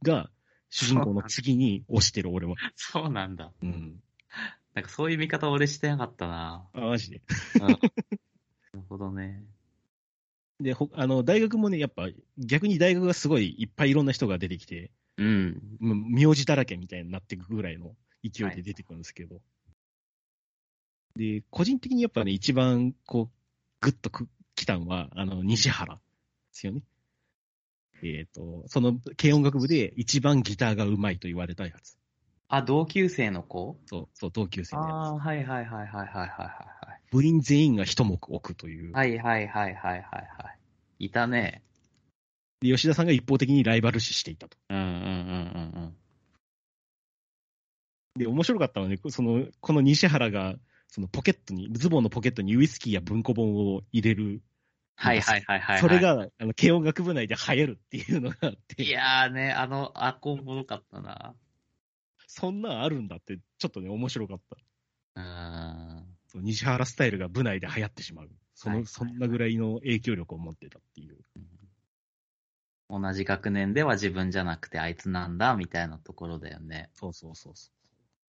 Speaker 3: が主人公の次に推してる、俺は。
Speaker 4: そうなんだ。
Speaker 3: うん。
Speaker 4: なんかそういう見方俺してなかったな。
Speaker 3: あ、マジで。
Speaker 4: うんなるほどね。
Speaker 3: で、ほあの、大学もね、やっぱ逆に大学がすごいいっぱいいろんな人が出てきて、
Speaker 4: うん。
Speaker 3: もう名字だらけみたいになっていくぐらいの勢いで出てくるんですけど。で、個人的にやっぱね、一番こう、ぐっとく来たのは、あの、西原ですよね。えっ、と、その、軽音楽部で一番ギターがうまいと言われたやつ。
Speaker 4: あ、同級生の子
Speaker 3: そう、そう、同級生
Speaker 4: あ
Speaker 3: のや
Speaker 4: あー、はいはいはいはいはいはいはい。
Speaker 3: つ。部員全員が一目置くという。
Speaker 4: はいはいはいはいはいはい。いたね。
Speaker 3: で、吉田さんが一方的にライバル視していたと。
Speaker 4: うんうんうんうんうん。
Speaker 3: で、面白かったのはね、その、この西原が、そのポケットに、ズボンのポケットにウイスキーや文庫本を入れる
Speaker 4: はいはいはいはい、はい。
Speaker 3: それ。が、あの、軽音楽部内で流行るっていうのがあって、
Speaker 4: いやーね、あの、あ、こうもろかったな。
Speaker 3: そんなんあるんだって、ちょっとね、面白かった。
Speaker 4: うん。
Speaker 3: そう西原スタイルが部内で流行ってしまう。その、
Speaker 4: はい
Speaker 3: そんなぐらいの影響力を持ってたっていう。
Speaker 4: 同じ学年では自分じゃなくてあいつなんだ、みたいなところだよね。
Speaker 3: そうそうそうそ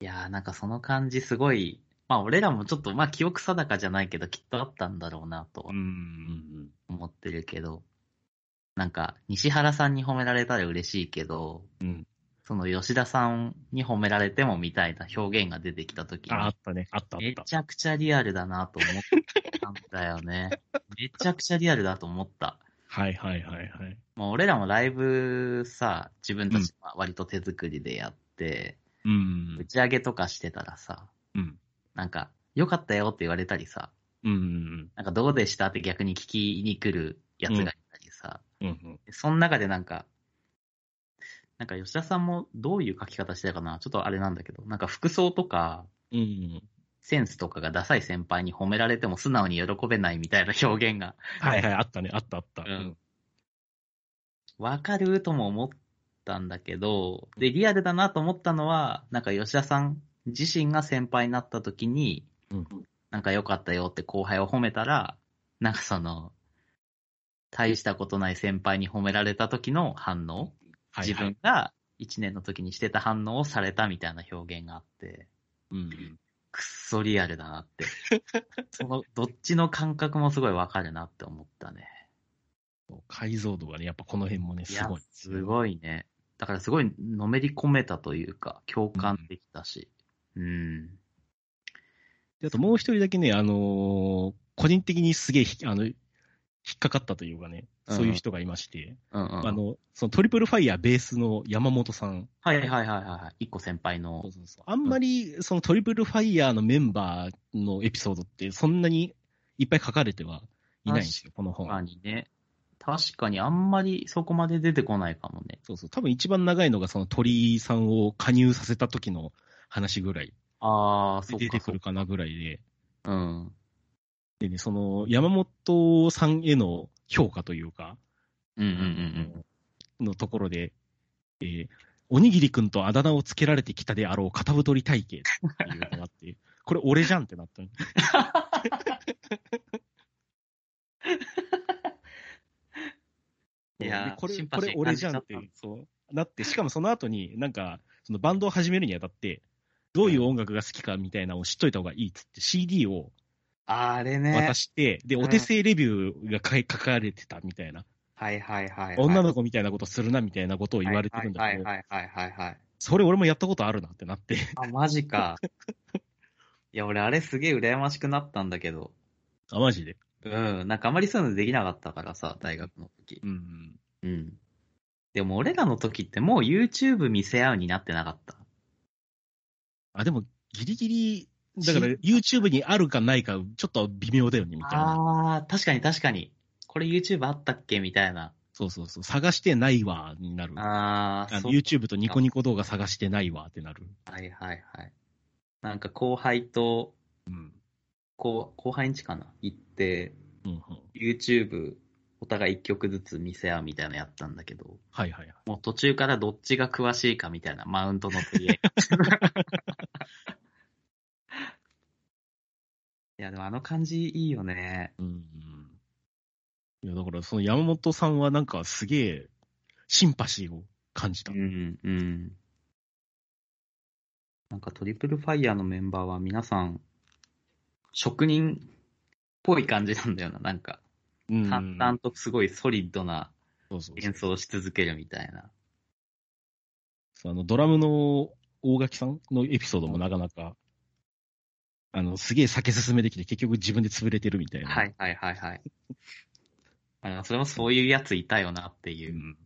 Speaker 4: いやーなんかその感じすごい、まあ俺らもちょっと、まあ記憶定かじゃないけど、きっとあったんだろうなと
Speaker 3: う。うんうん
Speaker 4: 思ってるけど、なんか西原さんに褒められたら嬉しいけど、
Speaker 3: うん。うん。
Speaker 4: その吉田さんに褒められてもみたいな表現が出てきた時に
Speaker 3: あ、あったね。あったあっ
Speaker 4: め
Speaker 3: た。
Speaker 4: ちゃくちゃリアルだなと思ったんだよね。めちゃくちゃリアルだと思った。
Speaker 3: はいはいはいはい。
Speaker 4: もう俺らもライブさ、自分た
Speaker 3: うん
Speaker 4: ちは割と手作りでやって、
Speaker 3: うん
Speaker 4: 打。ち上げとかしてたらさ、
Speaker 3: うん。
Speaker 4: なんか、よかったよって言われたりさ、
Speaker 3: うんうん
Speaker 4: なんかどうでしたって逆に聞きに来るやつがいたりさ、
Speaker 3: うん。うん
Speaker 4: その中でなんか、なんか吉田さんもどういう書き方してたかなちょっとあれなんだけど、なんか服装とか、
Speaker 3: うん。うん。
Speaker 4: センスとかがダサい先輩に褒められても素直に喜べないみたいな表現が、
Speaker 3: はいはい、あったね。あったあった。
Speaker 4: うんわかるとも思ったんだけど、で、リアルだなと思ったのは、なんか吉田さん自身が先輩になった時に、
Speaker 3: うん
Speaker 4: なんか良かったよって後輩を褒めたら、なんかその、大したことない先輩に褒められた時の反応、
Speaker 3: はいはい
Speaker 4: 自分。が1年の時にしてた反応をされたみたいな表現があって、
Speaker 3: うん。
Speaker 4: くっそリアルだな って。その、どっちの感覚もすごいわかるなって思ったね。
Speaker 3: 解像度がね、やっぱこの辺もね、
Speaker 4: い
Speaker 3: す
Speaker 4: や
Speaker 3: ごい。、
Speaker 4: すごいね。だからすごいのめり込めたというか、共感できたし。うん。
Speaker 3: であともう一人だけね、あのー個人的にすげえひあの引っかかったというかね、
Speaker 4: うん
Speaker 3: そういう人がいまして、
Speaker 4: うんうん。
Speaker 3: あのそのトリプルファイヤーベースの山本さん、
Speaker 4: はいはいはいはいはい。一個先輩の。
Speaker 3: あんまりそのトリプルファイヤーのメンバーのエピソードって、そんなにいっぱい書かれてはいないんですよ、この本。
Speaker 4: 他にね。確かにあんまりそこまで出てこないかもね。
Speaker 3: そうそう多分一番長いのが、その鳥居さんを加入させた時の話ぐらい、
Speaker 4: ああ、そうか。
Speaker 3: 出てくるかなぐらいで、
Speaker 4: そう。うん。
Speaker 3: でね、その山本さんへの評価というか、
Speaker 4: うんうんうん
Speaker 3: のところで、えーおにぎりくんとあだ名をつけられてきたであろう片太り体型っていうのがあって、これ俺じゃんってな ったの。
Speaker 4: うん。いや
Speaker 3: でこれ、
Speaker 4: シン
Speaker 3: こ
Speaker 4: パシ
Speaker 3: れ
Speaker 4: ー
Speaker 3: 俺じゃんって
Speaker 4: 感じちゃっ、
Speaker 3: そう、なって、しかもその後になんか、そのバンドを始めるにあたって、どういう音楽が好きかみたいなのを知っといた方がいいっつって CD を
Speaker 4: たあーあれね。
Speaker 3: 渡して、で、お手製レビューが書い書かれてたみたいな、
Speaker 4: はいはいはいはい。
Speaker 3: 女の子みたいなことするなみたいなことを言われてるんだけど
Speaker 4: は、いはいはいはいはいはい。
Speaker 3: それ俺もやったことあるなってなって、
Speaker 4: あ、マジか。いや、俺あれすげえ羨ましくなったんだけど、
Speaker 3: あ、マジで。
Speaker 4: うん、なんかあまりそういうのできなかったからさ、大学の時。
Speaker 3: うん。
Speaker 4: うん。でも俺らの時ってもう YouTube 見せ合うになってなかった。
Speaker 3: あ、でも、ギリギリ、だから
Speaker 4: し
Speaker 3: YouTube にあるかないか、ちょっと微妙だよね、みたいな。
Speaker 4: ああー、確かに確かに。これ YouTube あったっけみたいな。
Speaker 3: そうそうそう。探してないわ、になる。
Speaker 4: ああ、
Speaker 3: あの
Speaker 4: そう。
Speaker 3: YouTube とニコニコ動画探してないわ、ってなる。
Speaker 4: はいはいはい。なんか後輩と、
Speaker 3: うん。
Speaker 4: こう後輩んちかな行って、
Speaker 3: うんうん。
Speaker 4: YouTube お互い一曲ずつ見せ合うみたいなのやったんだけど、
Speaker 3: はいはいはい。
Speaker 4: もう途中からどっちが詳しいかみたいな、マウントの取り 合い。いや、でもあの感じいいよね。
Speaker 3: うんうん。いや、だからその山本さんはなんかすげえ、シンパシーを感じた。
Speaker 4: ん、うん。なんかトリプルファイヤーのメンバーは皆さん、職人っぽい感じなんだよな。なんか、
Speaker 3: うん
Speaker 4: 淡々とすごいソリッドな
Speaker 3: そうそうそう
Speaker 4: 演奏をし続けるみたいな。
Speaker 3: あの、ドラムの大垣さんのエピソードもなかなか、あの、すげえ酒進めてきて、結局自分で潰れてるみたいな。
Speaker 4: はいはいはいはい。 あそれもそういうやついたよなっていうう。
Speaker 3: ん。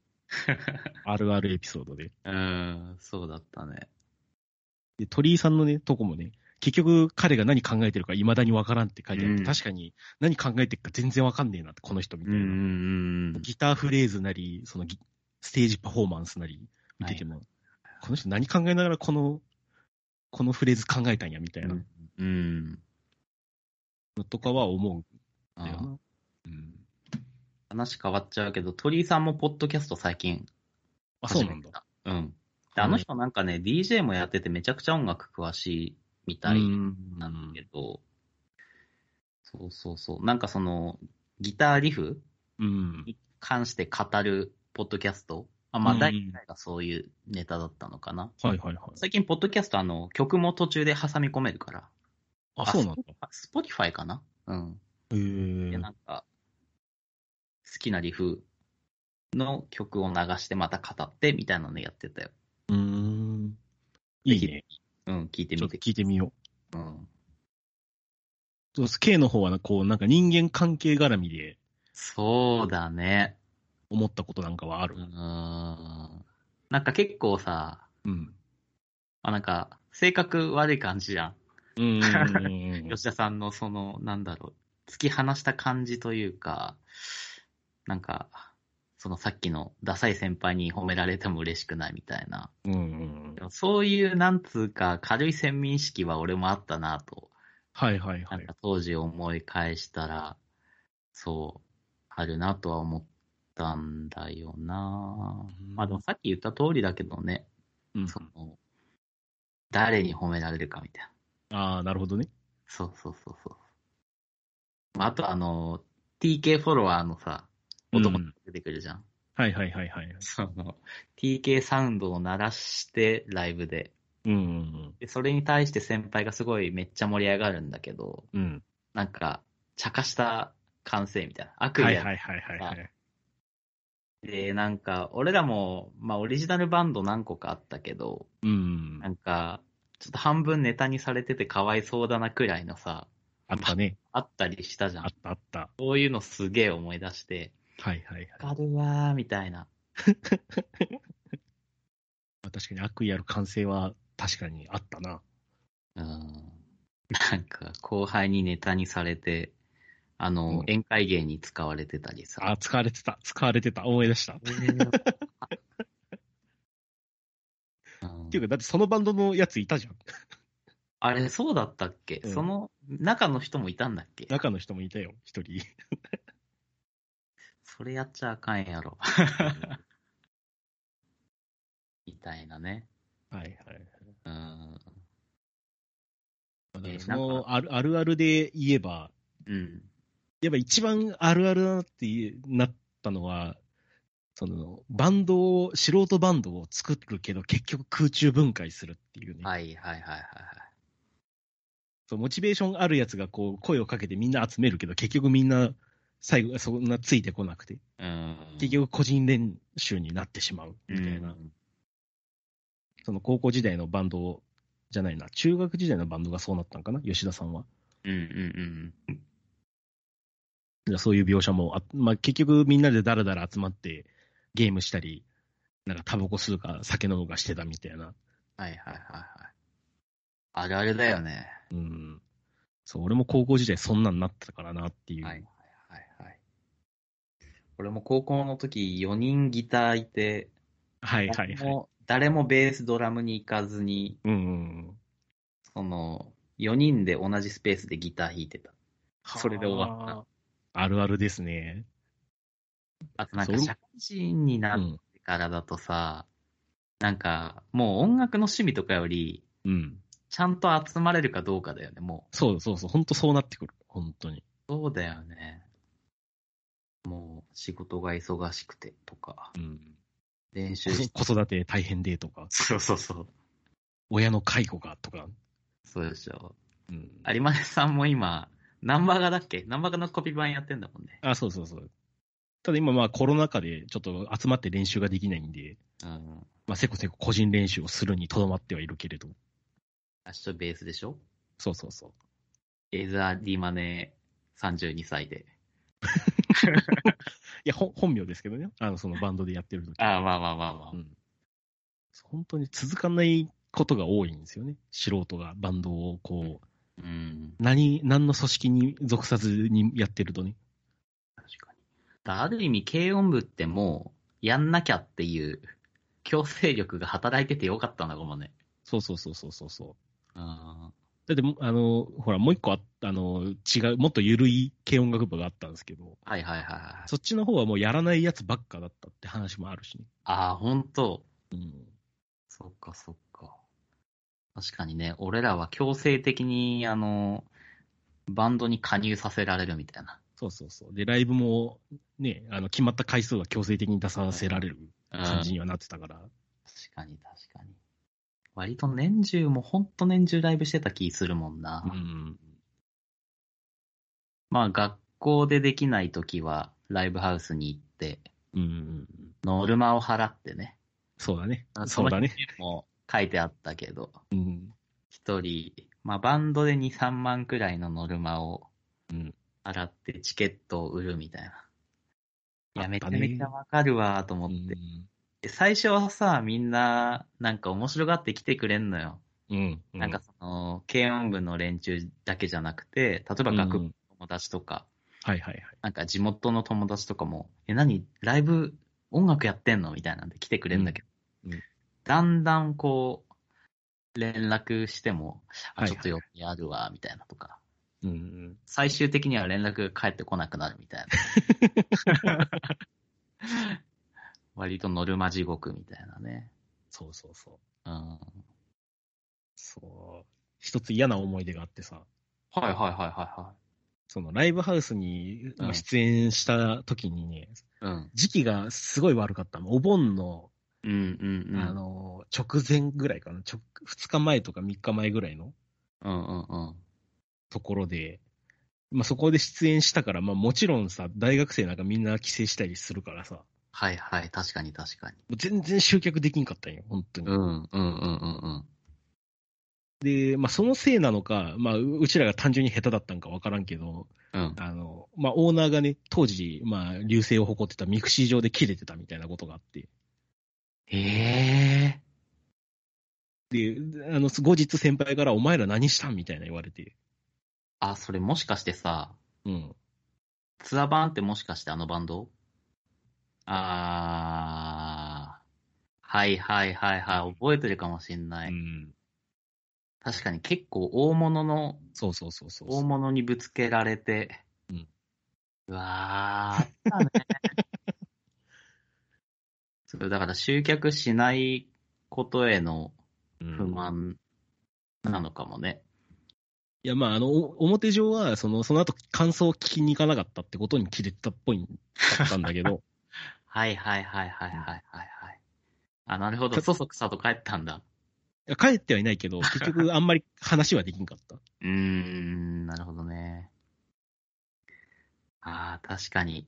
Speaker 3: あるあるエピソードで。
Speaker 4: うん、そうだったね。
Speaker 3: で、鳥居さんのね、とこもね、結局彼が何考えてるか未だにわからんって書いてあって、
Speaker 4: うん
Speaker 3: 確かに何考えてるか全然わかんねえなって、この人み
Speaker 4: う
Speaker 3: たい
Speaker 4: ん
Speaker 3: な。
Speaker 4: うんうん。
Speaker 3: ギターフレーズなり、そのギステージパフォーマンスなり見てても、この人何考えながらこの、このフレーズ考えたんやみたいな
Speaker 4: うん。
Speaker 3: のとかは思うんだよ
Speaker 4: あ
Speaker 3: な。うん
Speaker 4: 話変わっちゃうけど、鳥居さんもポッドキャスト最近
Speaker 3: あ、そう
Speaker 4: 始
Speaker 3: な
Speaker 4: め
Speaker 3: んだ。
Speaker 4: た。うん。であの人なんかね、DJ もやっててめちゃくちゃ音楽詳しいみたいなんだけど、そうそうそう。なんかその、ギターリフ
Speaker 3: うん。
Speaker 4: 関して語るポッドキャスト。あ、まあ、
Speaker 3: うん
Speaker 4: 第1回がそういうネタだったのかな。
Speaker 3: はいはいはい。
Speaker 4: 最近、ポッドキャスト、あの、曲も途中で挟み込めるから。
Speaker 3: あ、そうなんだ。
Speaker 4: あスポティファイかなうん。
Speaker 3: へ
Speaker 4: で、
Speaker 3: え。
Speaker 4: なんか、好きなリフの曲を流して、また語って、みたいなのやってたよ。
Speaker 3: うーん。いいね。
Speaker 4: うん、聞いて
Speaker 3: ちょ
Speaker 4: み
Speaker 3: っと
Speaker 4: て。
Speaker 3: 聞いてみよう。
Speaker 4: うん。
Speaker 3: そうです K の方は、こう、なんか人間関係絡みで
Speaker 4: そうだね。
Speaker 3: 思ったことなんかはある
Speaker 4: う。ん。なんか結構さ、
Speaker 3: うん。
Speaker 4: あなんか、性格悪い感じじゃ
Speaker 3: うんうんうん
Speaker 4: ん。。吉田さんのその、なんだろう、突き放した感じというか、なんか、そのさっきのダサい先輩に褒められても嬉しくないみたいな。
Speaker 3: うんうん
Speaker 4: でもそういう、なんつうか、軽い先民意識は俺もあったなと、
Speaker 3: はいはいは
Speaker 4: なん
Speaker 3: い
Speaker 4: か。当時思い返したら、そう、あるなとは思ったんだよな。まあでもさっき言った通りだけどね、
Speaker 3: うん
Speaker 4: その、誰に褒められるかみたいな。
Speaker 3: ああ、なるほどね。
Speaker 4: そうそうそうそう。まああとあの、TK フォロワーのさ、
Speaker 3: う
Speaker 4: 男
Speaker 3: ん
Speaker 4: 出てくるじゃん。
Speaker 3: はいはいはいはい。
Speaker 4: その、TK サウンドを鳴らしてライブで。
Speaker 3: うんうん
Speaker 4: で、それに対して先輩がすごいめっちゃ盛り上がるんだけど、
Speaker 3: うん。うん。
Speaker 4: なんか、茶化した感性みたいな。悪意
Speaker 3: はい
Speaker 4: あ
Speaker 3: はいはいはいはい。
Speaker 4: で、なんか、俺らも、まあオリジナルバンド何個かあったけど、
Speaker 3: うん
Speaker 4: な。んか、ちょっと半分ネタにされててかわいそうだなくらいのさ、
Speaker 3: あったね。
Speaker 4: あったりしたじゃ
Speaker 3: あ
Speaker 4: ん
Speaker 3: っ。たあった。
Speaker 4: そういうのすげえ思い出して、
Speaker 3: はいはいはい。
Speaker 4: わかるわー、みたいな。
Speaker 3: まあ確かに悪意ある感性は確かにあったな。
Speaker 4: うん。なんか、後輩にネタにされて、あの、
Speaker 3: うん
Speaker 4: 宴会芸に使われてたりさ。
Speaker 3: あー、使われてた。使われてた。思い出した。っ
Speaker 4: うん
Speaker 3: ていうか、だってそのバンドのやついたじゃん。
Speaker 4: あれ、そうだったっけ、
Speaker 3: うん
Speaker 4: その中の人もいたんだっけ
Speaker 3: 中の人もいたよ、一人。
Speaker 4: それやっちゃあかん やろ。みたいなね。
Speaker 3: はいはい。
Speaker 4: うん。
Speaker 3: まあだ
Speaker 4: え
Speaker 3: か
Speaker 4: ー
Speaker 3: らそのあるあるあるで言えば、
Speaker 4: うん。
Speaker 3: やっぱ一番あるあるだなっていうなったのは、そのバンドを、素人バンドを作るけど、結局空中分解するっていうね、
Speaker 4: はいはいはいはい
Speaker 3: そうモチベーションあるやつがこう声をかけてみんな集めるけど、結局みんな最後、そんなついてこなくて、
Speaker 4: はい。うん。
Speaker 3: 結局個人練習になってしまうみたいな、
Speaker 4: うん
Speaker 3: その高校時代のバンドをじゃないな、中学時代のバンドがそうなったんかな、吉田さんは。
Speaker 4: うんうん
Speaker 3: だからそういう描写もあ、まあ、結局みんなでだらだら集まってゲームしたり、なんかタバコ吸うか酒飲むかしてたみたいな。
Speaker 4: うん。はいはいはいはい。あるあるだよね。
Speaker 3: うん。そう、俺も高校時代そんなんなってたからなっていう。
Speaker 4: はいはいはいはい。俺も高校の時4人ギターいて、
Speaker 3: はいはい
Speaker 4: 誰
Speaker 3: はい。
Speaker 4: も誰もベースドラムに行かずに、
Speaker 3: うんうんうん。
Speaker 4: その、4人で同じスペースでギター弾いてた。それで終わった
Speaker 3: はあ。あるあるですね。
Speaker 4: あとなんか
Speaker 3: そう
Speaker 4: 社会人にな
Speaker 3: う
Speaker 4: っ
Speaker 3: ん。
Speaker 4: てからだとさ、なんかもう音楽の趣味とかより、
Speaker 3: うん。
Speaker 4: ちゃんと集まれるかどうかだよね、も
Speaker 3: そうそうそう。本当そうなってくる。本当に。
Speaker 4: う。そうだよね。もう仕事が忙しくてとか、
Speaker 3: うん。
Speaker 4: 練習し
Speaker 3: 子子育て大変でとか、
Speaker 4: そうそうそう。
Speaker 3: 親の介護がとか。
Speaker 4: そうでしょ。
Speaker 3: うん。
Speaker 4: 有馬さんも今、ナンバーガーだっけナンバーガーのコピー版やってんだもんね。
Speaker 3: あ、そうそうそう。ただ今まあコロナ禍でちょっと集まって練習ができないんで、
Speaker 4: うん。
Speaker 3: まあせこせこ個人練習をするにとどまってはいるけれど。
Speaker 4: 明日ベースでしょ
Speaker 3: そうそうそう。
Speaker 4: エザー・ディマネー32歳で。
Speaker 3: いや、ほん本名ですけどね。あの、そのバンドでやってる時。
Speaker 4: ああ、まあまあまあまあ。
Speaker 3: うん。本当に続かないことが多いんですよね。素人がバンドをこう、
Speaker 4: うん。
Speaker 3: 何、何の組織に属さずにやってるとね。
Speaker 4: 確かに。だからある意味、軽音部ってもう、やんなきゃっていう、強制力が働いててよかったんだかもね。
Speaker 3: そうそうそうそうそうそう。
Speaker 4: うん。
Speaker 3: だっても、あの、ほら、もう一個ああの、違う、もっと緩い軽音楽部があったんですけど、
Speaker 4: はいはいはいはい。
Speaker 3: そっちの方はもうやらないやつばっかだったって話もあるしね。
Speaker 4: ああ、ほんと。
Speaker 3: うん。
Speaker 4: そっかそっか。確かにね、俺らは強制的に、あの、バンドに加入させられるみたいな。
Speaker 3: そうそうそう。で、ライブも、ね、あの、決まった回数は強制的に出させられる
Speaker 4: うん
Speaker 3: 感じにはなってたから。
Speaker 4: 確かに確かに。割と年中もほんと年中ライブしてた気するもんな。
Speaker 3: うん。
Speaker 4: まあ学校でできない時はライブハウスに行って、
Speaker 3: うんうん。
Speaker 4: ノルマを払ってね。
Speaker 3: そうだね
Speaker 4: あ。
Speaker 3: そうだね。
Speaker 4: もう書いてあったけど、
Speaker 3: うん。
Speaker 4: 一人、まあバンドで2、3万くらいのノルマを
Speaker 3: うん
Speaker 4: 払ってチケットを売るみたいな。いや、
Speaker 3: あっ
Speaker 4: めち
Speaker 3: た
Speaker 4: ゃ
Speaker 3: ね
Speaker 4: めちゃわかるわと思
Speaker 3: う
Speaker 4: っ
Speaker 3: ん
Speaker 4: て。で最初はさ、みんな、なんか面白がって来てくれんのよ。
Speaker 3: うん。
Speaker 4: なんか、その、軽音部の連中だけじゃなくて、例えば学部の友達とか、
Speaker 3: はいはいはい。
Speaker 4: なんか地元の友達とかも、え、何ライブ音楽やってんのみたいなんで来てくれるんだけど、
Speaker 3: うんうん
Speaker 4: だんだんこう、連絡しても、あ、
Speaker 3: はい
Speaker 4: ち
Speaker 3: は
Speaker 4: ょ
Speaker 3: い
Speaker 4: っと予定あるわ、みたいなとか、
Speaker 3: うんうん。
Speaker 4: 最終的には連絡が返ってこなくなるみたいな。 割とノルマ地獄みたいなね。
Speaker 3: そうそうそう。
Speaker 4: うん。はい
Speaker 3: そう。一つ嫌な思い出があってさ、
Speaker 4: はいはいはいは
Speaker 3: そのライブハウスに
Speaker 4: うん
Speaker 3: 出演した時にね、
Speaker 4: い。うん。
Speaker 3: 時期がすごい悪かったの。お盆の、
Speaker 4: うんうんうん。
Speaker 3: あの、直前ぐらいかな。直2日前とか3日前ぐらいの
Speaker 4: うんうんうん。
Speaker 3: ところで、まあ、そこで出演したから、まあ、もちろんさ、大学生なんかみんな帰省したりするからさ、も
Speaker 4: はいはい、確かに確かに。
Speaker 3: う全然集客できんかったんよ、本当に。
Speaker 4: うん、うん、うん、うん、
Speaker 3: で、まあ、そのせいなのか、まあ、ううちらが単純に下手だったんかわからんけど、
Speaker 4: うん。うん。
Speaker 3: あの、まあ、オーナーがね、当時、まあ、流星を誇ってたミクシー上で切れてたみたいなことがあって、
Speaker 4: へえ。
Speaker 3: で、あの、後日先輩からお前ら何したんみたいな言われて、
Speaker 4: あ、それもしかしてさ、
Speaker 3: うん。
Speaker 4: ツアー版ってもしかしてあのバンドあー。はいはいはいはい、覚えてるかもしんない。
Speaker 3: うん。
Speaker 4: 確かに結構大物の、
Speaker 3: そうそうそうそう
Speaker 4: 大物にぶつけられて。
Speaker 3: うん
Speaker 4: うわー、あったね。 そう、だから集客しないことへの
Speaker 3: うん
Speaker 4: 不満なのかもね。
Speaker 3: いや、まあ、あの、お表上は、その、その後感想を聞きに行かなかったってことに切れてたっぽいんだったんだけ ど、
Speaker 4: はいはいはいはいはいはいはい。あ、なるほど。そそくさと帰ったんだ。
Speaker 3: いや帰ってはいないけ ど、結局あんまり話はできんかった。
Speaker 4: うーん、なるほどね。ああ、確かに。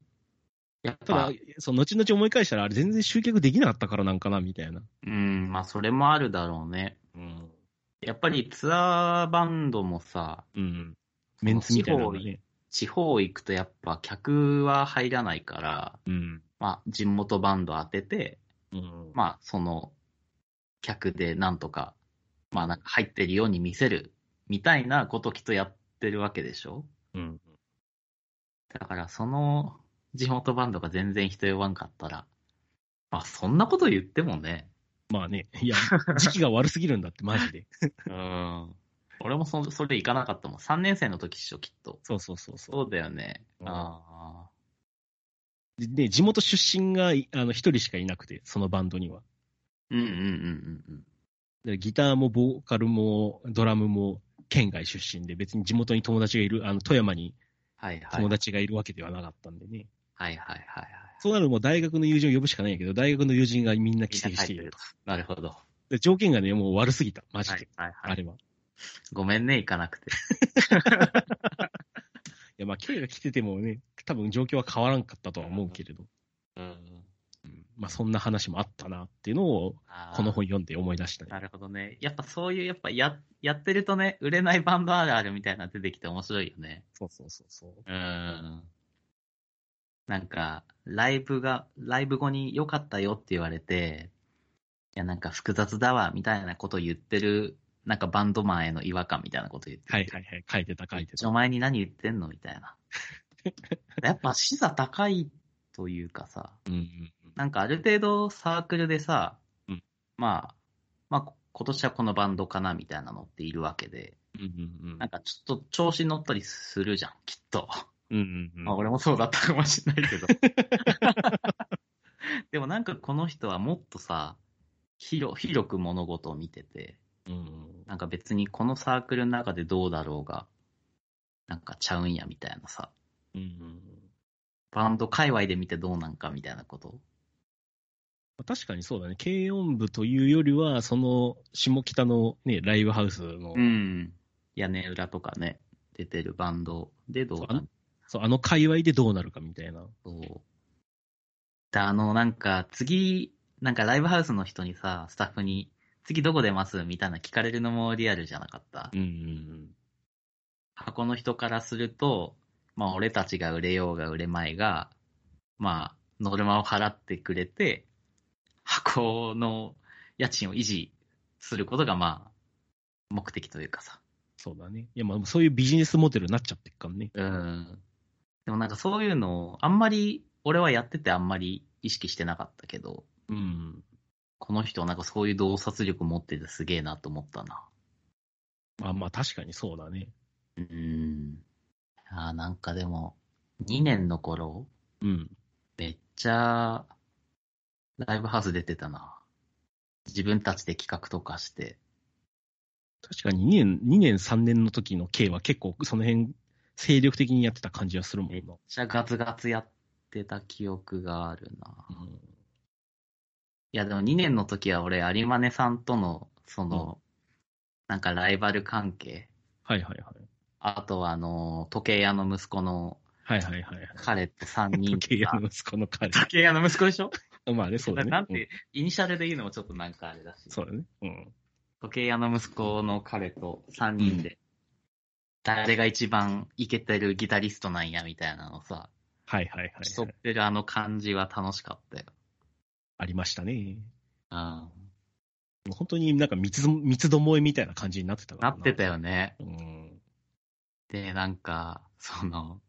Speaker 4: やっ
Speaker 3: だ
Speaker 4: たぱ、、
Speaker 3: その後々思い返したら、あれ全然集客できなかったからなんかな、みたいな。
Speaker 4: うん、まあそれもあるだろうね。
Speaker 3: うん。
Speaker 4: やっぱりツアーバンドもさ、
Speaker 3: うん。メンツみたいなのが
Speaker 4: 地方
Speaker 3: ね。
Speaker 4: 地方行くとやっぱ客は入らないから、
Speaker 3: うん。
Speaker 4: まあ、地元バンド当てて、
Speaker 3: うん
Speaker 4: まあ、その客でなんとか、まあ、なんか入ってるように見せるみたいなこときっとやってるわけでしょ
Speaker 3: うん。
Speaker 4: だから、その地元バンドが全然人呼ばんかったら、まあ、そんなこと言ってもね、
Speaker 3: まあね、いや、時期が悪すぎるんだって、マジ で。
Speaker 4: うん。俺もそそれ行かなかったもん。3年生の時っしょ、きっと。
Speaker 3: そうそうそうそう。
Speaker 4: そうだよね。
Speaker 3: うん
Speaker 4: ああ。
Speaker 3: で、地元出身がいあの一人しかいなくて、そのバンドには。
Speaker 4: うんうんうんうんうん。
Speaker 3: でギターもボーカルもドラムも県外出身で、別に地元に友達がいる、あの富山に
Speaker 4: はいはい。
Speaker 3: 友達がいるわけではなかったんでね。
Speaker 4: はいはいはいはい。
Speaker 3: そうなるともう大学の友人を呼ぶしかないんやけど、大学の友人がみんな帰省している。
Speaker 4: なるほど。は
Speaker 3: で条件がね、もう悪すぎた、マ
Speaker 4: い
Speaker 3: ジで。
Speaker 4: はいは
Speaker 3: あ
Speaker 4: い。
Speaker 3: れは。い
Speaker 4: ごめんね、行かなくて。
Speaker 3: や、まあ、K が来ててもね、多分状況は変わらんかったとは思うけれど、
Speaker 4: うん。
Speaker 3: まあ、そんな話もあったなっていうのを、この本読んで思い出したね。
Speaker 4: なるほどね。やっぱそういう、やっぱややってるとね、売れないバンドあるあるみたいなの出てきて面白いよね。
Speaker 3: そうそうそうそう。
Speaker 4: うん。なんか、ライブが、ライブ後に良かったよって言われて、いや、なんか複雑だわ、みたいなこと言ってる、なんかバンドマンへの違和感みたいなこと言って
Speaker 3: はいはいはい、書いてた書いて
Speaker 4: 一応
Speaker 3: た。
Speaker 4: 前に何言ってんのみたいな。やっぱ視座高いというかさ、
Speaker 3: うんうんうん。
Speaker 4: なんかある程度サークルでさ、
Speaker 3: うん
Speaker 4: まあ、まあ、こ今年はこのバンドかなみたいなのっているわけで、
Speaker 3: うんうんうん
Speaker 4: なんかちょっと調子に乗ったりするじゃん、きっと。
Speaker 3: うんうん
Speaker 4: まあ俺もそうだったかもしれないけ ど。でもなんかこの人はもっとさ、広広く物事を見てて、
Speaker 3: うん
Speaker 4: なんか別にこのサークルの中でどうだろうが、なんかちゃうんやみたいなさ、
Speaker 3: うんうん
Speaker 4: バンド界隈で見てどうなんかみたいなこと。
Speaker 3: まあ確かにそうだね、軽音部というよりは、その下北の、ね、ライブハウスの、
Speaker 4: ん。屋根裏とかね、出てるバンドでどう
Speaker 3: そうあ
Speaker 4: なん
Speaker 3: のそうあの界隈でどうなるかみたいな。
Speaker 4: そう。で、あの、なんか、次、なんかライブハウスの人にさ、スタッフに、次どこ出ますみたいな聞かれるのもリアルじゃなかった。
Speaker 3: うんうん
Speaker 4: 箱の人からすると、まあ、俺たちが売れようが売れまいが、まあ、ノルマを払ってくれて、箱の家賃を維持することが、まあ、目的というかさ。
Speaker 3: そうだね。いや、まあ、そういうビジネスモデルになっちゃってるからね。
Speaker 4: うん。でもなんかそういうのを、あんまり、俺はやっててあんまり意識してなかったけど、
Speaker 3: うん。
Speaker 4: この人なんかそういう洞察力持っててすげえなと思ったな。
Speaker 3: まあまあ、確かにそうだね。
Speaker 4: うん。あーなんかでも、2年の頃、
Speaker 3: うん。
Speaker 4: めっちゃ、ライブハウス出てたな。自分たちで企画とかして。
Speaker 3: 確かに2年、2年、3年の時の K は結構その辺、精力的にやってた感じはするもん
Speaker 4: めっ
Speaker 3: な。
Speaker 4: ちゃガツガツやってた記憶があるな。
Speaker 3: うん
Speaker 4: いやでも2年の時は俺、有馬根さんとの、その、なんかライバル関係。
Speaker 3: はいはいはい。
Speaker 4: あとはあの、時計屋の息子の
Speaker 3: はいはいはいはい。
Speaker 4: 彼と3人
Speaker 3: 時計屋
Speaker 4: が。
Speaker 3: の息子の彼。
Speaker 4: 時計屋の息子で しょ
Speaker 3: まあね、そうだね。
Speaker 4: なん
Speaker 3: うん
Speaker 4: て、イニシャルで言うのもちょっとなんかあれだし。
Speaker 3: そうだね。うん。
Speaker 4: 時計屋の息子の彼と3人で、誰が一番イケてるギタリストなんやみたいなのさ、
Speaker 3: はいはいはい、
Speaker 4: 競ってるあの感じは楽しかったよ。
Speaker 3: ありましたね。
Speaker 4: うん。
Speaker 3: 本当になんか三つど三つどもえみたいな感じになってたか
Speaker 4: な
Speaker 3: ら
Speaker 4: ってた。よね。
Speaker 3: うん。
Speaker 4: で、なんか、その、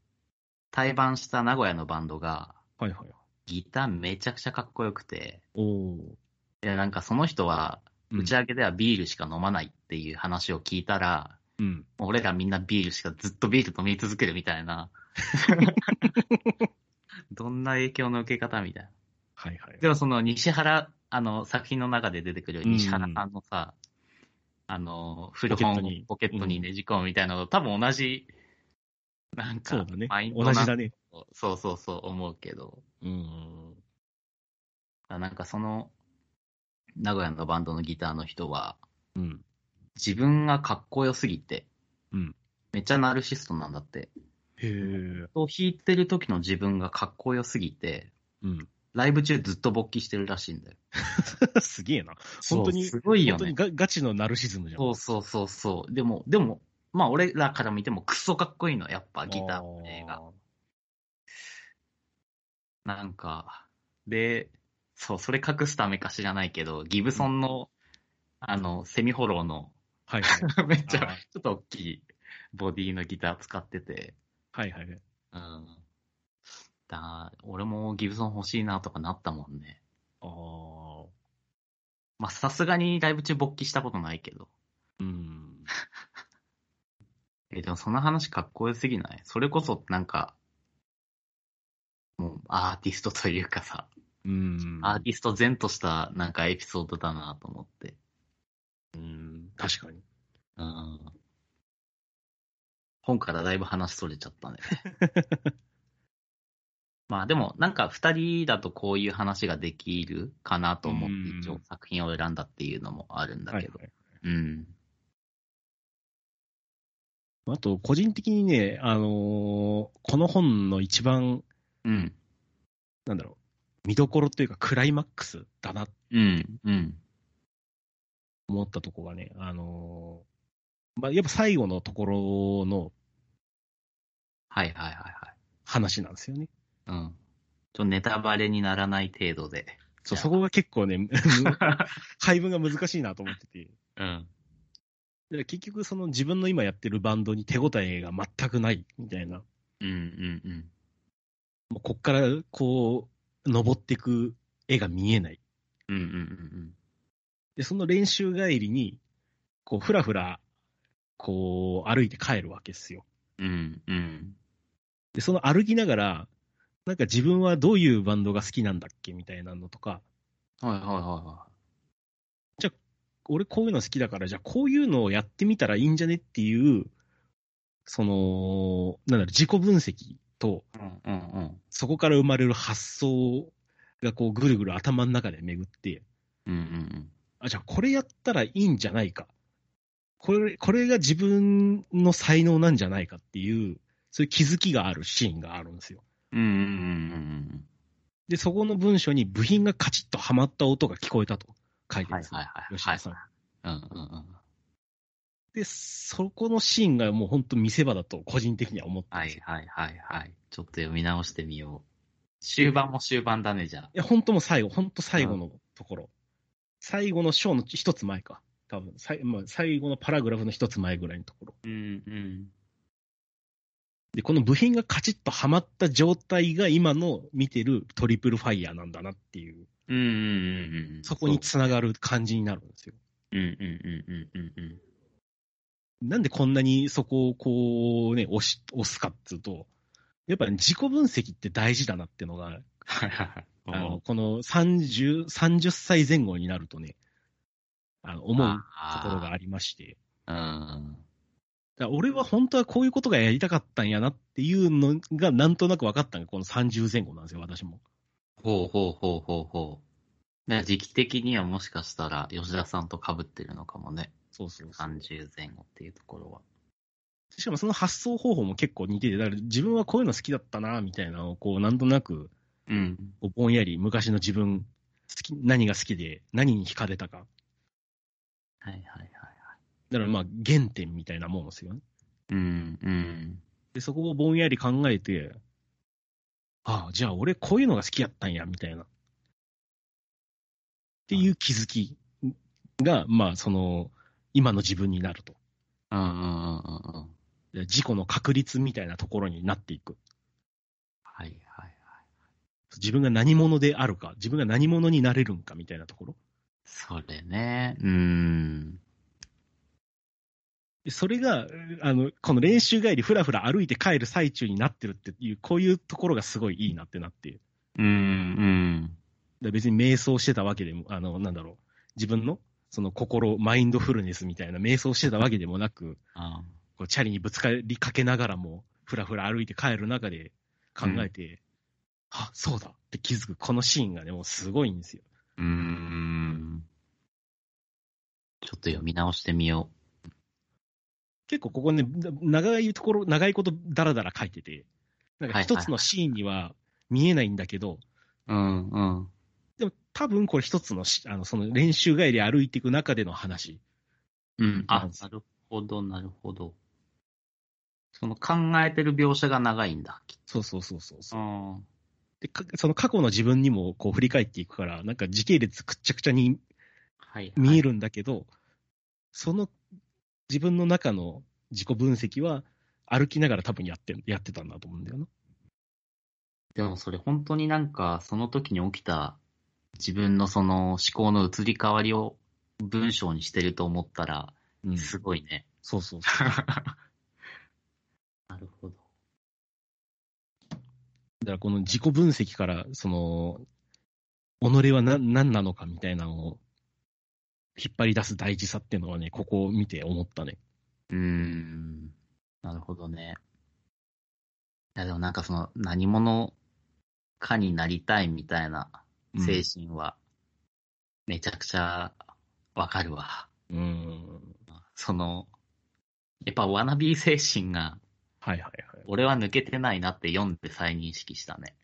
Speaker 4: 対バンした名古屋のバンドが、
Speaker 3: はいはい。
Speaker 4: ギターめちゃくちゃかっこよくて、
Speaker 3: おお。
Speaker 4: で、なんかその人は、
Speaker 3: うん
Speaker 4: 打ち上げではビールしか飲まないっていう話を聞いたら、
Speaker 3: うん。
Speaker 4: もう俺らみんなビールしかずっとビール飲み続けるみたい な。どんな影響の受け方みたいな。
Speaker 3: はいはい。
Speaker 4: でもその西原、あの作品の中で出てくる西原さんのさ、あの、古
Speaker 3: ポケッ
Speaker 4: 本
Speaker 3: ト
Speaker 4: を
Speaker 3: に
Speaker 4: ポケットにねじ込むみたいなのと多分同じ、なん
Speaker 3: そ
Speaker 4: か
Speaker 3: うだね
Speaker 4: マイン。ド
Speaker 3: 同
Speaker 4: な
Speaker 3: じだね。
Speaker 4: そうそうそう思うけど、
Speaker 3: うん。
Speaker 4: なんかその、名古屋のバンドのギターの人は、
Speaker 3: うん。
Speaker 4: 自分がかっこよすぎて、
Speaker 3: うん
Speaker 4: めっちゃナルシストなんだって。
Speaker 3: へえ。
Speaker 4: を弾いてる時の自分がかっこよすぎて、
Speaker 3: うん。
Speaker 4: ライブ中ずっと勃起してるらしいんだよ。
Speaker 3: すげえな。本当に
Speaker 4: そうすごいよ
Speaker 3: 本当に
Speaker 4: ね。
Speaker 3: ガガチのナルシズムじゃん。
Speaker 4: そうそうそうそう。でも、でも、まあ俺らから見てもクソかっこいいの、やっぱギターの映画。なんか、で、そう、それ隠すためか知らないけど、ギブソンの、あの、セミホローの、
Speaker 3: はいはい。
Speaker 4: めっちゃ、
Speaker 3: あー
Speaker 4: ちょっと大きいボディのギター使ってて、
Speaker 3: はいはいはい。
Speaker 4: うん。だ俺もギブソン欲しいなとかなったもんね。
Speaker 3: ああ。
Speaker 4: まあ、さすがにライブ中勃起したことないけど。
Speaker 3: うん。
Speaker 4: え、でもその話かっこよすぎないそれこそなんか、もうアーティストというかさ、
Speaker 3: うん。
Speaker 4: アーティスト前としたなんかエピソードだなと思って。
Speaker 3: うん確かに。
Speaker 4: うん。本からだいぶ話それちゃったね。 まあでもなんか二人だとこういう話ができるかなと思って
Speaker 3: うん
Speaker 4: 一応作品を選んだっていうのもあるんだ
Speaker 3: はい
Speaker 4: けど。
Speaker 3: はい
Speaker 4: うん。
Speaker 3: あと、個人的にね、あのーこの本の一番、
Speaker 4: うん。
Speaker 3: なんだろう、見どころというか、クライマックスだなと
Speaker 4: うん。うん。
Speaker 3: 思ったとこがね、あのーまあ、やっぱ最後のところの
Speaker 4: はいはいはいはい。
Speaker 3: 話なんですよね。
Speaker 4: うん。ちょっとネタバレにならない程度で。
Speaker 3: そう、
Speaker 4: いや
Speaker 3: そこが結構ね、 配分が難しいなと思ってて。
Speaker 4: うん。
Speaker 3: だから結局、その自分の今やってるバンドに手応えが全くないみたいな、
Speaker 4: うんうんうん。
Speaker 3: もうこっからこう、登っていく絵が見えない。
Speaker 4: うんうんうん
Speaker 3: で、その練習帰りに、こう、ふらふら、こう、歩いて帰るわけですよ。
Speaker 4: うん。うんうん。
Speaker 3: で、その歩きながら、なんか自分はどういうバンドが好きなんだっけみたいなのとか、
Speaker 4: はいはいはいは
Speaker 3: 俺こういうの好きだから、じゃあこういうのをやってみたらいいんじゃねっていう、その、なんだろう、自己分析と、
Speaker 4: い。うんうんうん。
Speaker 3: そこから生まれる発想がこうぐるぐる頭の中で巡って、
Speaker 4: うんうん
Speaker 3: あ、じゃあこれやったらいいんじゃないか。これ、これが自分の才能なんじゃないかっていう、そういう気づきがあるシーンがあるんですよ。
Speaker 4: うん。うんうんうん
Speaker 3: で、そこの文章に部品がカチッとはまった音が聞こえたと書いて
Speaker 4: うん。は
Speaker 3: るん
Speaker 4: い
Speaker 3: ですよ
Speaker 4: はいはい。
Speaker 3: 吉田さん。
Speaker 4: うんうんうん。
Speaker 3: で、そこのシーンがもう本当見せ場だと個人的には思ってま
Speaker 4: は
Speaker 3: す。
Speaker 4: い
Speaker 3: い、
Speaker 4: はいはいはい。ちょっと読み直してみよう。終盤も終盤だね、じゃあ。
Speaker 3: や、本当もう最後、本当最後のところ。最後の章の一つ前か。多分、最まあ、最後のパラグラフの一つ前ぐらいのところ。
Speaker 4: うんうん。
Speaker 3: で、この部品がカチッとはまった状態が今の見てるトリプルファイヤーなんだなっていう、
Speaker 4: うんうんうんうん。
Speaker 3: そこにつながる感じになるんですよ。
Speaker 4: うんうんうんうんうんうん。
Speaker 3: なんでこんなにそこをこうね、押し、押すかっていうと、やっぱり自己分析って大事だなっていうのが、
Speaker 4: はい はい
Speaker 3: あ
Speaker 4: はい。
Speaker 3: のこの30、30歳前後になるとね、あの思うところがありまして、
Speaker 4: うん。
Speaker 3: だから俺は本当はこういうことがやりたかったんやなっていうのがなんとなく分かったのがこの30前後なんですよ、私も。
Speaker 4: ほうほうほうほうほう。だから時期的にはもしかしたら吉田さんと被ってるのかもね。
Speaker 3: そうそうそう
Speaker 4: 30前後っていうところは。
Speaker 3: しかもその発想方法も結構似てて、だから自分はこういうの好きだったな、みたいなのをこうなんとなく
Speaker 4: うん。
Speaker 3: こうぼんやり昔の自分、好き何が好きで何に惹かれたか。
Speaker 4: はいはいはいはい。
Speaker 3: だからまあ原点みたいなもんですよね。
Speaker 4: うんうん。
Speaker 3: で、そこをぼんやり考えて、ああ、じゃあ俺こういうのが好きやったんや、みたいな。っていう気づきが、まあその、今の自分になると。
Speaker 4: うんうんうんうんうん。
Speaker 3: で自己の確率みたいなところになっていく。
Speaker 4: はいはいはい。
Speaker 3: 自分が何者であるか、自分が何者になれるんかみたいなところ。
Speaker 4: それね。うん。
Speaker 3: でそれが、えーあの、この練習帰り、ふらふら歩いて帰る最中になってるっていう、こういうところがすごいいいなってなって、
Speaker 4: うんうん。
Speaker 3: で別に瞑想してたわけでも、あの、なんだろう、自分の、その心、マインドフルネスみたいな瞑想してたわけでもなく、
Speaker 4: あ
Speaker 3: こうチャリにぶつかりかけながらも、ふらふら歩いて帰る中で考えて、あ、そうだって気づく、このシーンがね、もうすごいんですよ。
Speaker 4: うん。ちょっと読み直してみよ
Speaker 3: 結構ここね、な長いところ、長いことだらだら書いてて、なんか一つのシーンには見えないんだけど、
Speaker 4: うん、うん。
Speaker 3: でも多分これ一つのし、あの、その練習帰り歩いていく中での話。
Speaker 4: うん、
Speaker 3: な
Speaker 4: あ
Speaker 3: んで、す
Speaker 4: なるほど、なるほど。その考えてる描写が長いんだ、きっ
Speaker 3: そうそうそうそう
Speaker 4: と。
Speaker 3: そう。
Speaker 4: うん
Speaker 3: で、かその過去の自分にもこう振り返っていくから、なんか時系列くっちゃくちゃに
Speaker 4: はい。
Speaker 3: 見え
Speaker 4: る。
Speaker 3: るんだけど、その自分の中の自己分析は歩きながら多分やって、やってたんだと思うんだよな。
Speaker 4: でもそれ本当になんか、その時に起きた自分のその思考の移り変わりを文章にしてると思ったら、
Speaker 3: うんそ
Speaker 4: すご いね。
Speaker 3: うそうそう。
Speaker 4: なるほど。
Speaker 3: だからこの自己分析から、その、己はな何なのかみたいなのを引っ張り出す大事さっていうのはね、ここを見て思ったね。
Speaker 4: うーん。なるほどね。いやでもなんかその、何者かになりたいみたいな
Speaker 3: うん
Speaker 4: 精神は、めちゃくちゃわかるわ。
Speaker 3: うん。
Speaker 4: その、やっぱワナビー精神が、
Speaker 3: はいはいはい。
Speaker 4: 俺は抜けてないなって読んで再認識したね。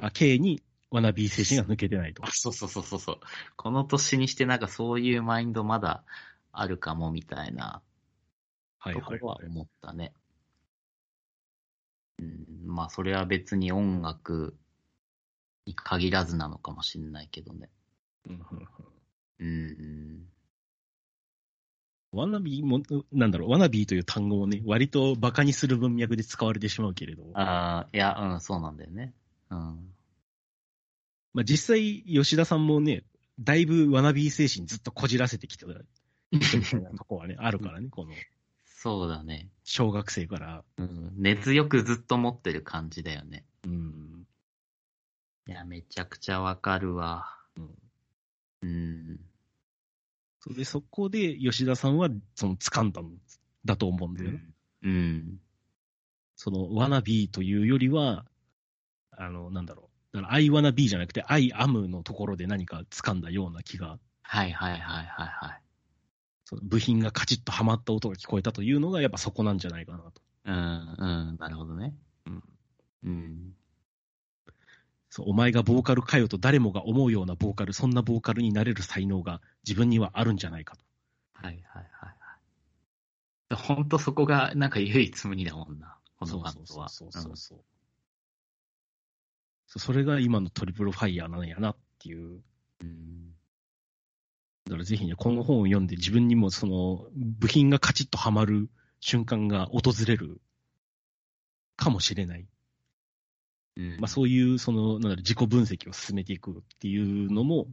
Speaker 3: あ、K にワナビー精神が抜けてないと
Speaker 4: あ。そうそうそうそうそう。この年にしてなんかそういうマインドまだあるかもみたいな
Speaker 3: はい
Speaker 4: と
Speaker 3: は
Speaker 4: こ
Speaker 3: い
Speaker 4: ろは
Speaker 3: はい。
Speaker 4: 思ったね。うん、まあそれは別に音楽に限らずなのかもしれないけどね。
Speaker 3: うんうんうん
Speaker 4: うん。
Speaker 3: ワナビーも、なんだろう、ワナビーという単語もね、割とバカにする文脈で使われてしまうけれど、
Speaker 4: ああ、いや、うん、そうなんだよね。うん。
Speaker 3: まあ、実際、吉田さんもね、だいぶワナビー精神ずっとこじらせてきてたみたいなとこは ね、あるからね、この
Speaker 4: そうだね。
Speaker 3: 小学生から。
Speaker 4: うん。熱よくずっと持ってる感じだよね。
Speaker 3: うん。
Speaker 4: いや、めちゃくちゃわかるわ。うん。
Speaker 3: それで、そこで吉田さんは、その、掴んだんだと思うん
Speaker 4: う
Speaker 3: だよね。
Speaker 4: ん。うん。
Speaker 3: その、ワナビーというよりは、あの、なんだろう。だから、アイワナビーじゃなくて、アイアムのところで何か掴んだような気が、
Speaker 4: はいはいはいはいはい。
Speaker 3: その部品がカチッとはまった音が聞こえたというのが、やっぱそこなんじゃないかなと。
Speaker 4: うん、うん、なるほどね。
Speaker 3: うん。
Speaker 4: うん。
Speaker 3: そうお前がボーカルかよと誰もが思うようなボーカル、そんなボーカルになれる才能が自分にはあるんじゃないかと。
Speaker 4: はいはいはいはい。ほんとそこがなんか唯一無二だもんな、このバンドは。
Speaker 3: そうそうそうそうそうそうそれが今のトリプルファイヤーなんやなっていう。
Speaker 4: うん
Speaker 3: だからぜひね、この本を読んで自分にもその部品がカチッとはまる瞬間が訪れるかもしれない。
Speaker 4: うん。
Speaker 3: まあそういうその、なんだろう、自己分析を進めていくっていうのも、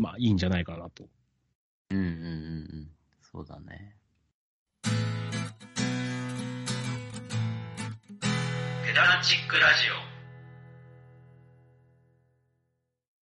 Speaker 3: まあいいんじゃないかなと。
Speaker 4: うんうんうんうん。そうだね。
Speaker 2: ペダンチックラジオ